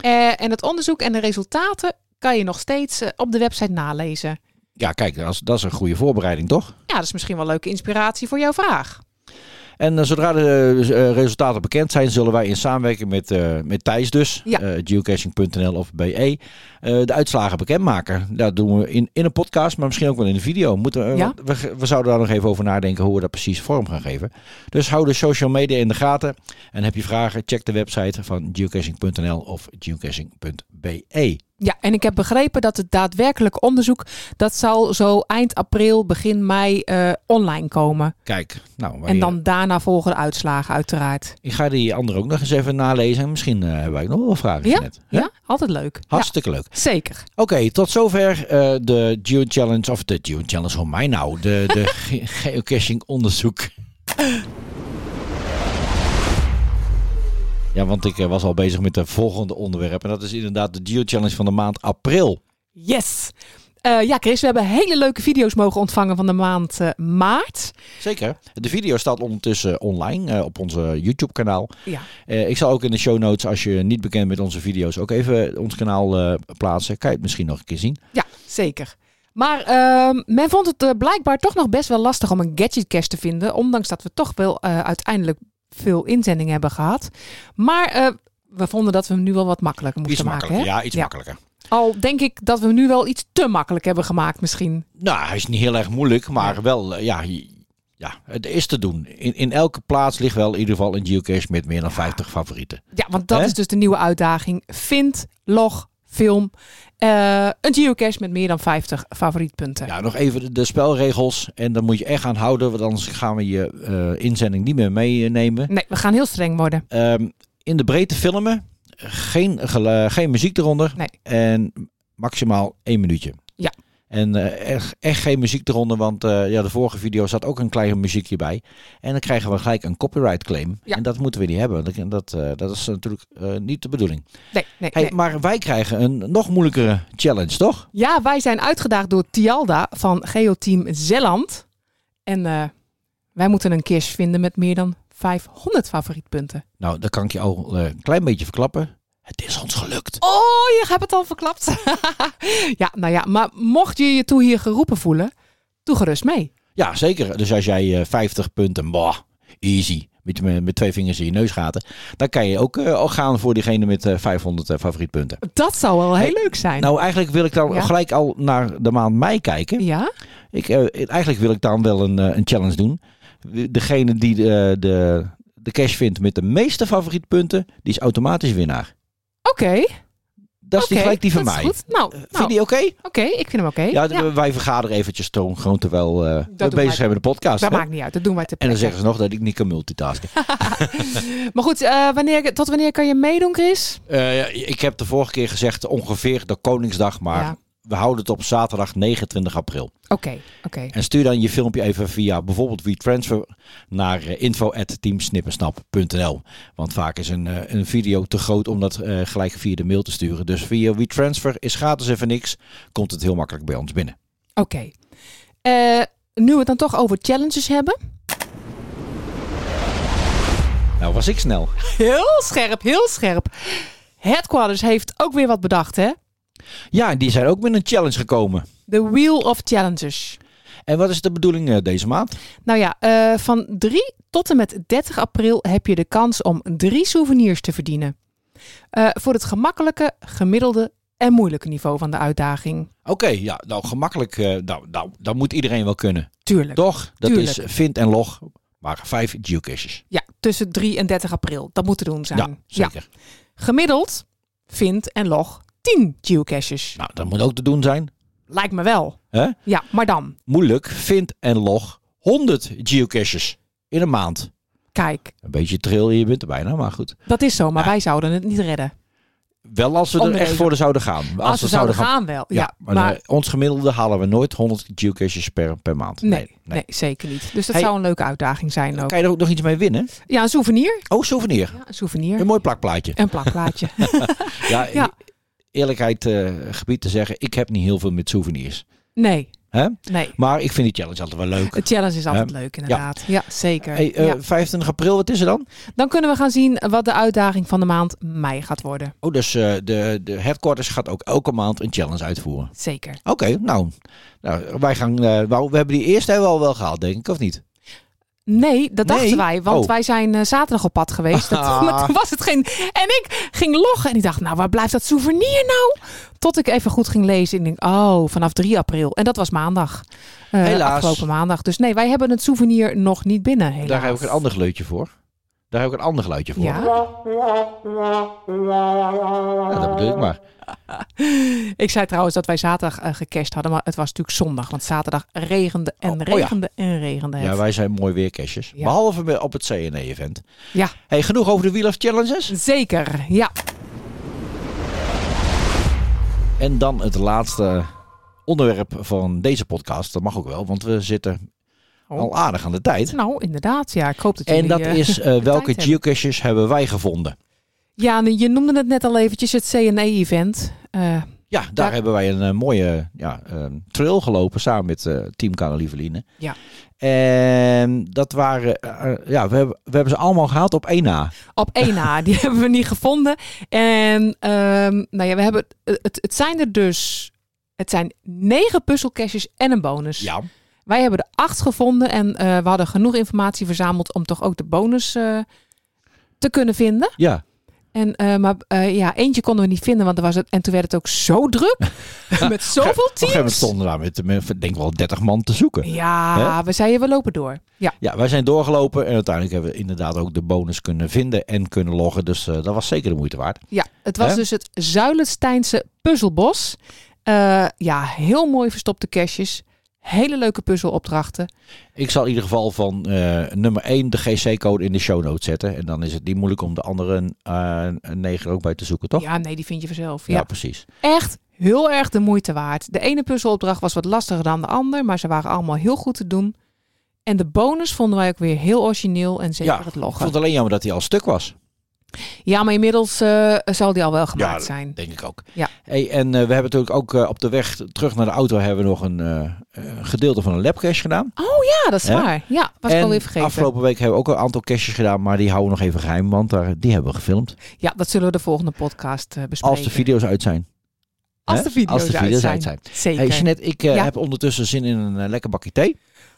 S2: Eh, en het onderzoek en de resultaten kan je nog steeds eh, op de website nalezen.
S1: Ja, kijk, dat is, dat is een goede voorbereiding, toch?
S2: Ja, dat is misschien wel leuke inspiratie voor jouw vraag.
S1: En eh, zodra de eh, resultaten bekend zijn, zullen wij in samenwerking met, eh, met Thijs dus,
S2: Ja.
S1: eh, geocaching.nl of BE, eh, de uitslagen bekendmaken. Dat doen we in, in een podcast, maar misschien ook wel in een video. Moeten we, eh,
S2: Ja.
S1: want we, we zouden daar nog even over nadenken hoe we dat precies vorm gaan geven. Dus hou de social media in de gaten. En heb je vragen, check de website van geocaching.nl of geocaching.be.
S2: Ja, en ik heb begrepen dat het daadwerkelijk onderzoek, dat zal zo eind april, begin mei eh, online komen.
S1: Kijk, nou, wij,
S2: En dan daarna volgen de uitslagen uiteraard.
S1: ik ga die andere ook nog eens even nalezen. En misschien eh, hebben wij nog wel wat vragen. net.
S2: Ja, altijd leuk. Ja,
S1: Hartstikke leuk.
S2: zeker.
S1: Oké, tot zover eh, de Geo Challenge, of de Geo Challenge, hoor mij nou, de, de ge- geocaching onderzoek. Ja, want ik eh, was al bezig met de volgende onderwerp en dat is inderdaad de Geo Challenge van de maand april.
S2: Yes. Eh, ja, Chris, we hebben hele leuke video's mogen ontvangen van de maand eh, maart.
S1: Zeker. De video staat ondertussen online eh, op onze YouTube kanaal.
S2: Ja.
S1: Eh, ik zal ook in de show notes, als je niet bekend bent met onze video's, ook even ons kanaal eh, plaatsen. Kan je het misschien nog een keer zien.
S2: Ja, zeker. Maar ehm, men vond het eh, blijkbaar toch nog best wel lastig om een gadgetcache te vinden. Ondanks dat we toch wel eh, uiteindelijk veel inzendingen hebben gehad. Maar eh, we vonden dat we hem nu wel wat makkelijker
S1: Iets
S2: moesten maken.
S1: makkelijker.
S2: Hè?
S1: Ja, iets makkelijker.
S2: Al denk ik dat we hem nu wel iets te makkelijk hebben gemaakt misschien.
S1: Nou, hij is niet heel erg moeilijk, maar wel, eh, ja, je- ja, het is te doen. In, in elke plaats ligt wel in ieder geval een geocache met meer dan 50 favorieten.
S2: Ja, want dat
S1: Hè?
S2: is dus de nieuwe uitdaging. Vind, log, film. eh, een geocache met meer dan 50 favorietpunten.
S1: Ja, nog even de, de spelregels. En daar moet je echt aan houden, want anders gaan we je eh, inzending niet meer meenemen.
S2: Nee, we gaan heel streng worden.
S1: Ehm, in de breedte filmen, geen, gele- geen muziek eronder.
S2: Nee.
S1: En maximaal één minuutje.
S2: Ja.
S1: En eh, echt, echt geen muziek eronder, want eh, ja, de vorige video zat ook een klein muziekje bij. En dan krijgen we gelijk een copyright claim.
S2: Ja.
S1: En dat moeten we niet hebben. Dat, dat, eh, dat is natuurlijk eh, niet de bedoeling.
S2: Nee, nee,
S1: Hey,
S2: nee.
S1: Maar wij krijgen een nog moeilijkere challenge, toch?
S2: Ja, wij zijn uitgedaagd door Tialda van Geoteam Zeeland. En eh, wij moeten een cache vinden met meer dan 500 favorietpunten.
S1: Nou, dat kan ik je al eh, een klein beetje verklappen. Het is ons gelukt.
S2: Oh, je hebt het al verklapt. ja, nou ja, maar mocht je je toe hier geroepen voelen, doe gerust mee.
S1: Ja, zeker. Dus als jij eh, 50 punten, bah, easy, met, met, met twee vingers in je neusgaten, dan kan je ook eh, al gaan voor diegene met eh, 500 favoriet favorietpunten.
S2: Dat zou wel heel
S1: Hey,
S2: leuk zijn.
S1: Nou, eigenlijk wil ik dan
S2: Ja.
S1: gelijk al naar de maand mei kijken.
S2: ja?
S1: Ik, eh, eigenlijk wil ik dan wel een, eh, een challenge doen. Degene die de, de, de cash vindt met de meeste favorietpunten, die is automatisch winnaar.
S2: Oké.
S1: Dat is die
S2: oké,
S1: gelijk die van
S2: dat is
S1: mij. Eh,
S2: goed. Nou, nou,
S1: Vind je die oké?
S2: oké, ik vind hem oké.
S1: Ja,
S2: Ja,
S1: d- wij vergaderen eventjes to- gewoon terwijl eh, we
S2: doen
S1: bezig
S2: wij.
S1: zijn met de podcast.
S2: dat
S1: hè?
S2: maakt niet uit, dat doen wij te
S1: En dan
S2: plekke.
S1: zeggen ze nog dat ik niet kan multitasken.
S2: Maar goed, eh, wanneer, tot wanneer kan je meedoen, Chris?
S1: Eh, ik heb de vorige keer gezegd ongeveer de Koningsdag, maar
S2: Ja.
S1: we houden het op zaterdag 29 april.
S2: Oké, oké.
S1: En stuur dan je filmpje even via bijvoorbeeld WeTransfer naar eh, info@teamsnippensnap.nl. Want vaak is een, eh, een video te groot om dat eh, gelijk via de mail te sturen. Dus via WeTransfer is gratis even niks, komt het heel makkelijk bij ons binnen.
S2: Oké. Eh, nu we het dan toch over challenges hebben.
S1: Nou was ik snel.
S2: Heel scherp, heel scherp. Headquarters heeft ook weer wat bedacht, hè?
S1: Ja, die zijn ook met een challenge gekomen.
S2: De Wheel of Challenges.
S1: En wat is de bedoeling eh, deze maand?
S2: Nou ja, eh, van 3 tot en met 30 april heb je de kans om drie souvenirs te verdienen. Eh, voor het gemakkelijke, gemiddelde en moeilijke niveau van de uitdaging.
S1: Oké, ja, nou gemakkelijk, eh, nou, nou, dat moet iedereen wel kunnen.
S2: Tuurlijk.
S1: Toch? Dat
S2: Tuurlijk.
S1: is vind en log, maar vijf geocaches.
S2: Ja, tussen 3 en 30 april. Dat moet te doen zijn.
S1: Ja, zeker.
S2: Gemiddeld vindt en log 10 geocaches.
S1: Nou, dat moet ook te doen zijn.
S2: Lijkt me wel.
S1: Hè?
S2: Ja, maar dan.
S1: Moeilijk, vind en log 100 geocaches in een maand.
S2: Kijk,
S1: Een beetje tril, je bent er bijna, maar goed.
S2: dat is zo, maar wij zouden het niet redden.
S1: Wel als we
S2: Om
S1: er
S2: de
S1: echt
S2: reden.
S1: voor zouden gaan. Als,
S2: Als we zouden gaan, wel.
S1: Ja, maar,
S2: maar
S1: eh, ons gemiddelde halen we nooit 100 geocaches per, per maand.
S2: Nee, nee, zeker niet. Dus dat
S1: Hey.
S2: zou een leuke uitdaging zijn ook.
S1: Kan je er ook nog iets mee winnen?
S2: Ja, een souvenir.
S1: Oh, souvenir.
S2: Ja, een souvenir.
S1: Een mooi plakplaatje.
S2: Een plakplaatje.
S1: Ja, eh,
S2: Ja.
S1: eerlijkheid eh, gebied te zeggen, ik heb niet heel veel met souvenirs.
S2: Nee,
S1: Hè?
S2: nee.
S1: Maar ik vind die challenge altijd wel leuk.
S2: De challenge is altijd leuk, inderdaad. Ja, zeker.
S1: Hey, eh,
S2: Ja.
S1: 25 april, wat is er dan?
S2: Dan kunnen we gaan zien wat de uitdaging van de maand mei gaat worden.
S1: Oh, dus eh, de, de headquarters gaat ook elke maand een challenge uitvoeren.
S2: Zeker.
S1: Oké, nou, nou, wij gaan. eh, wou- we hebben die eerste hebben we al wel gehaald, denk ik, of niet?
S2: Nee, dat
S1: Nee?
S2: dachten wij. Want
S1: Oh.
S2: wij zijn eh, zaterdag op pad geweest. Dat,
S1: Ah.
S2: maar toen was het geen... En ik ging loggen en ik dacht, nou waar blijft dat souvenir nou? Tot ik even goed ging lezen en ik denk, oh, vanaf 3 april. En dat was maandag. Eh,
S1: Helaas.
S2: Afgelopen maandag. Dus nee, wij hebben het souvenir nog niet binnen helaas.
S1: Daar heb ik een ander geluidje voor. Daar heb ik een ander geluidje voor.
S2: Ja,
S1: Nou, dat bedoel ik maar.
S2: ik zei trouwens dat wij zaterdag eh, gecashed hadden, maar het was natuurlijk zondag. Want zaterdag regende en
S1: Oh, oh ja.
S2: regende en regende het.
S1: Ja, wij zijn mooi weerkastjes.
S2: Ja.
S1: Behalve bij- op het CNE-event.
S2: Ja.
S1: Hey, genoeg over de Wheel of Challenges.
S2: Zeker, ja.
S1: En dan het laatste onderwerp van deze podcast. Dat mag ook wel, want we zitten
S2: Oh.
S1: al aardig aan de tijd.
S2: Nou, inderdaad, ja. Ik hoop dat jullie...
S1: En dat
S2: eh,
S1: is eh, welke
S2: hebben.
S1: geocaches hebben wij gevonden?
S2: Ja, nu, je noemde het net al eventjes, het CNE-event. Eh
S1: Ja, daar
S2: Ja.
S1: hebben wij een eh, mooie ja, ehm, trail gelopen samen met eh, Team Canaliveline.
S2: Ja.
S1: En dat waren, eh, eh, ja, we hebben, we hebben ze allemaal gehaald op één na.
S2: op één na, die hebben we niet gevonden. En ehm, nou ja, we hebben, het, het zijn er dus... Het zijn negen puzzelcaches en een bonus.
S1: Ja.
S2: Wij hebben er acht gevonden en eh, we hadden genoeg informatie verzameld... om toch ook de bonus eh, te kunnen vinden.
S1: Ja,
S2: En, eh, maar eh, ja, eentje konden we niet vinden, want er was het, en toen werd het ook zo druk. met
S1: Op
S2: zoveel
S1: op een gegeven moment
S2: teams.
S1: stonden we daar met, met denk wel 30 man te zoeken.
S2: Ja, we zeiden we lopen door. Ja,
S1: Ja, wij zijn doorgelopen en uiteindelijk hebben we inderdaad ook de bonus kunnen vinden en kunnen loggen. Dus eh, dat was zeker de moeite waard.
S2: ja het was
S1: Hè?
S2: dus het Zuilensteinse puzzelbos. Eh, ja, heel mooi verstopte caches. Hele leuke puzzelopdrachten.
S1: Ik zal in ieder geval van eh, nummer 1 de GC-code in de show notes zetten. En dan is het niet moeilijk om de andere eh negen er ook bij te zoeken, toch?
S2: Ja, nee, die vind je vanzelf.
S1: Ja,
S2: Ja.
S1: precies.
S2: Echt heel erg de moeite waard. De ene puzzelopdracht was wat lastiger dan de ander, maar ze waren allemaal heel goed te doen. En de bonus vonden wij ook weer heel origineel en zeker
S1: Ja,
S2: het
S1: Ik
S2: loggen.
S1: vond het alleen jammer dat hij al stuk was.
S2: Ja, maar inmiddels eh, zal die al wel gemaakt
S1: Ja,
S2: zijn.
S1: Denk ik ook.
S2: Ja.
S1: Hey, en eh, we hebben natuurlijk ook eh, op de weg terug naar de auto hebben we nog een eh, eh, gedeelte van een labcache gedaan.
S2: Ja, Ah, dat is
S1: Hè?
S2: waar. Ja, was ik
S1: en
S2: alweer vergeten.
S1: afgelopen week hebben we ook een aantal caches gedaan, maar die houden we nog even geheim, want daar, die hebben we gefilmd.
S2: Ja, dat zullen we de volgende podcast eh, bespreken.
S1: Als de video's uit zijn.
S2: Als
S1: hè?
S2: de video's,
S1: Als de video's
S2: uit
S1: uit
S2: zijn.
S1: zijn.
S2: Zeker.
S1: Hey Jeanette, ik eh,
S2: Ja.
S1: heb ondertussen zin in een eh, lekker bakje thee.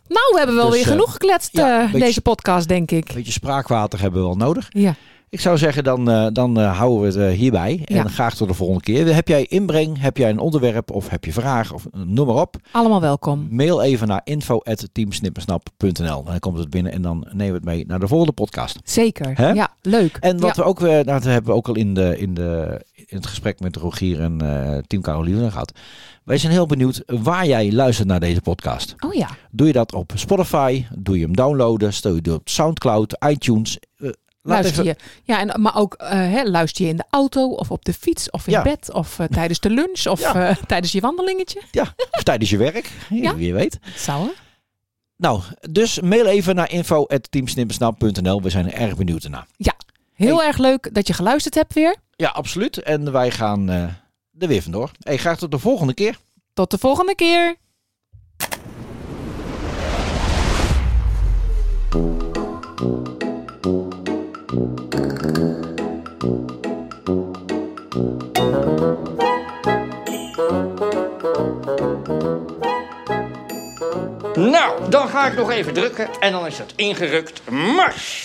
S2: nou, we hebben wel
S1: Dus,
S2: weer
S1: eh,
S2: genoeg gekletst
S1: ja,
S2: eh,
S1: een beetje-
S2: deze podcast, denk ik.
S1: Een beetje spraakwater hebben we wel nodig.
S2: Ja.
S1: Ik zou zeggen, dan, eh, dan eh, houden we het eh, hierbij. En
S2: Ja.
S1: graag tot de volgende keer. Heb jij inbreng, heb jij een onderwerp of heb je vragen of eh, noem maar op.
S2: Allemaal welkom.
S1: Mail even naar info.teamsnippersnap.nl. Dan komt het binnen en dan nemen we het mee naar de volgende podcast.
S2: Zeker.
S1: Hè?
S2: Ja, leuk.
S1: En wat
S2: ja.
S1: we ook weer, nou, dat hebben we ook al in, de, in, de, in het gesprek met Rogier en eh, Team Caroline gehad. Wij zijn heel benieuwd waar jij luistert naar deze podcast.
S2: Oh ja,
S1: Doe je dat op Spotify? Doe je hem downloaden? Stel je het op Soundcloud, iTunes? Eh, laat
S2: luister
S1: even,
S2: je. Ja, en, maar ook eh, hè, luister je in de auto of op de fiets of in
S1: Ja.
S2: bed of eh, tijdens de lunch of
S1: Ja.
S2: eh, tijdens je wandelingetje.
S1: of tijdens je werk,
S2: Ja.
S1: wie weet.
S2: Dat zou hè?
S1: Nou, dus mail even naar info.teamsnippersnap.nl. We zijn erg benieuwd ernaar.
S2: Heel erg leuk dat je geluisterd hebt weer.
S1: Ja, absoluut. En wij gaan eh, er weer vandoor. Hey, graag tot de volgende keer.
S2: Tot de volgende keer.
S7: Nou, dan ga ik nog even drukken en dan is het ingerukt. Mars!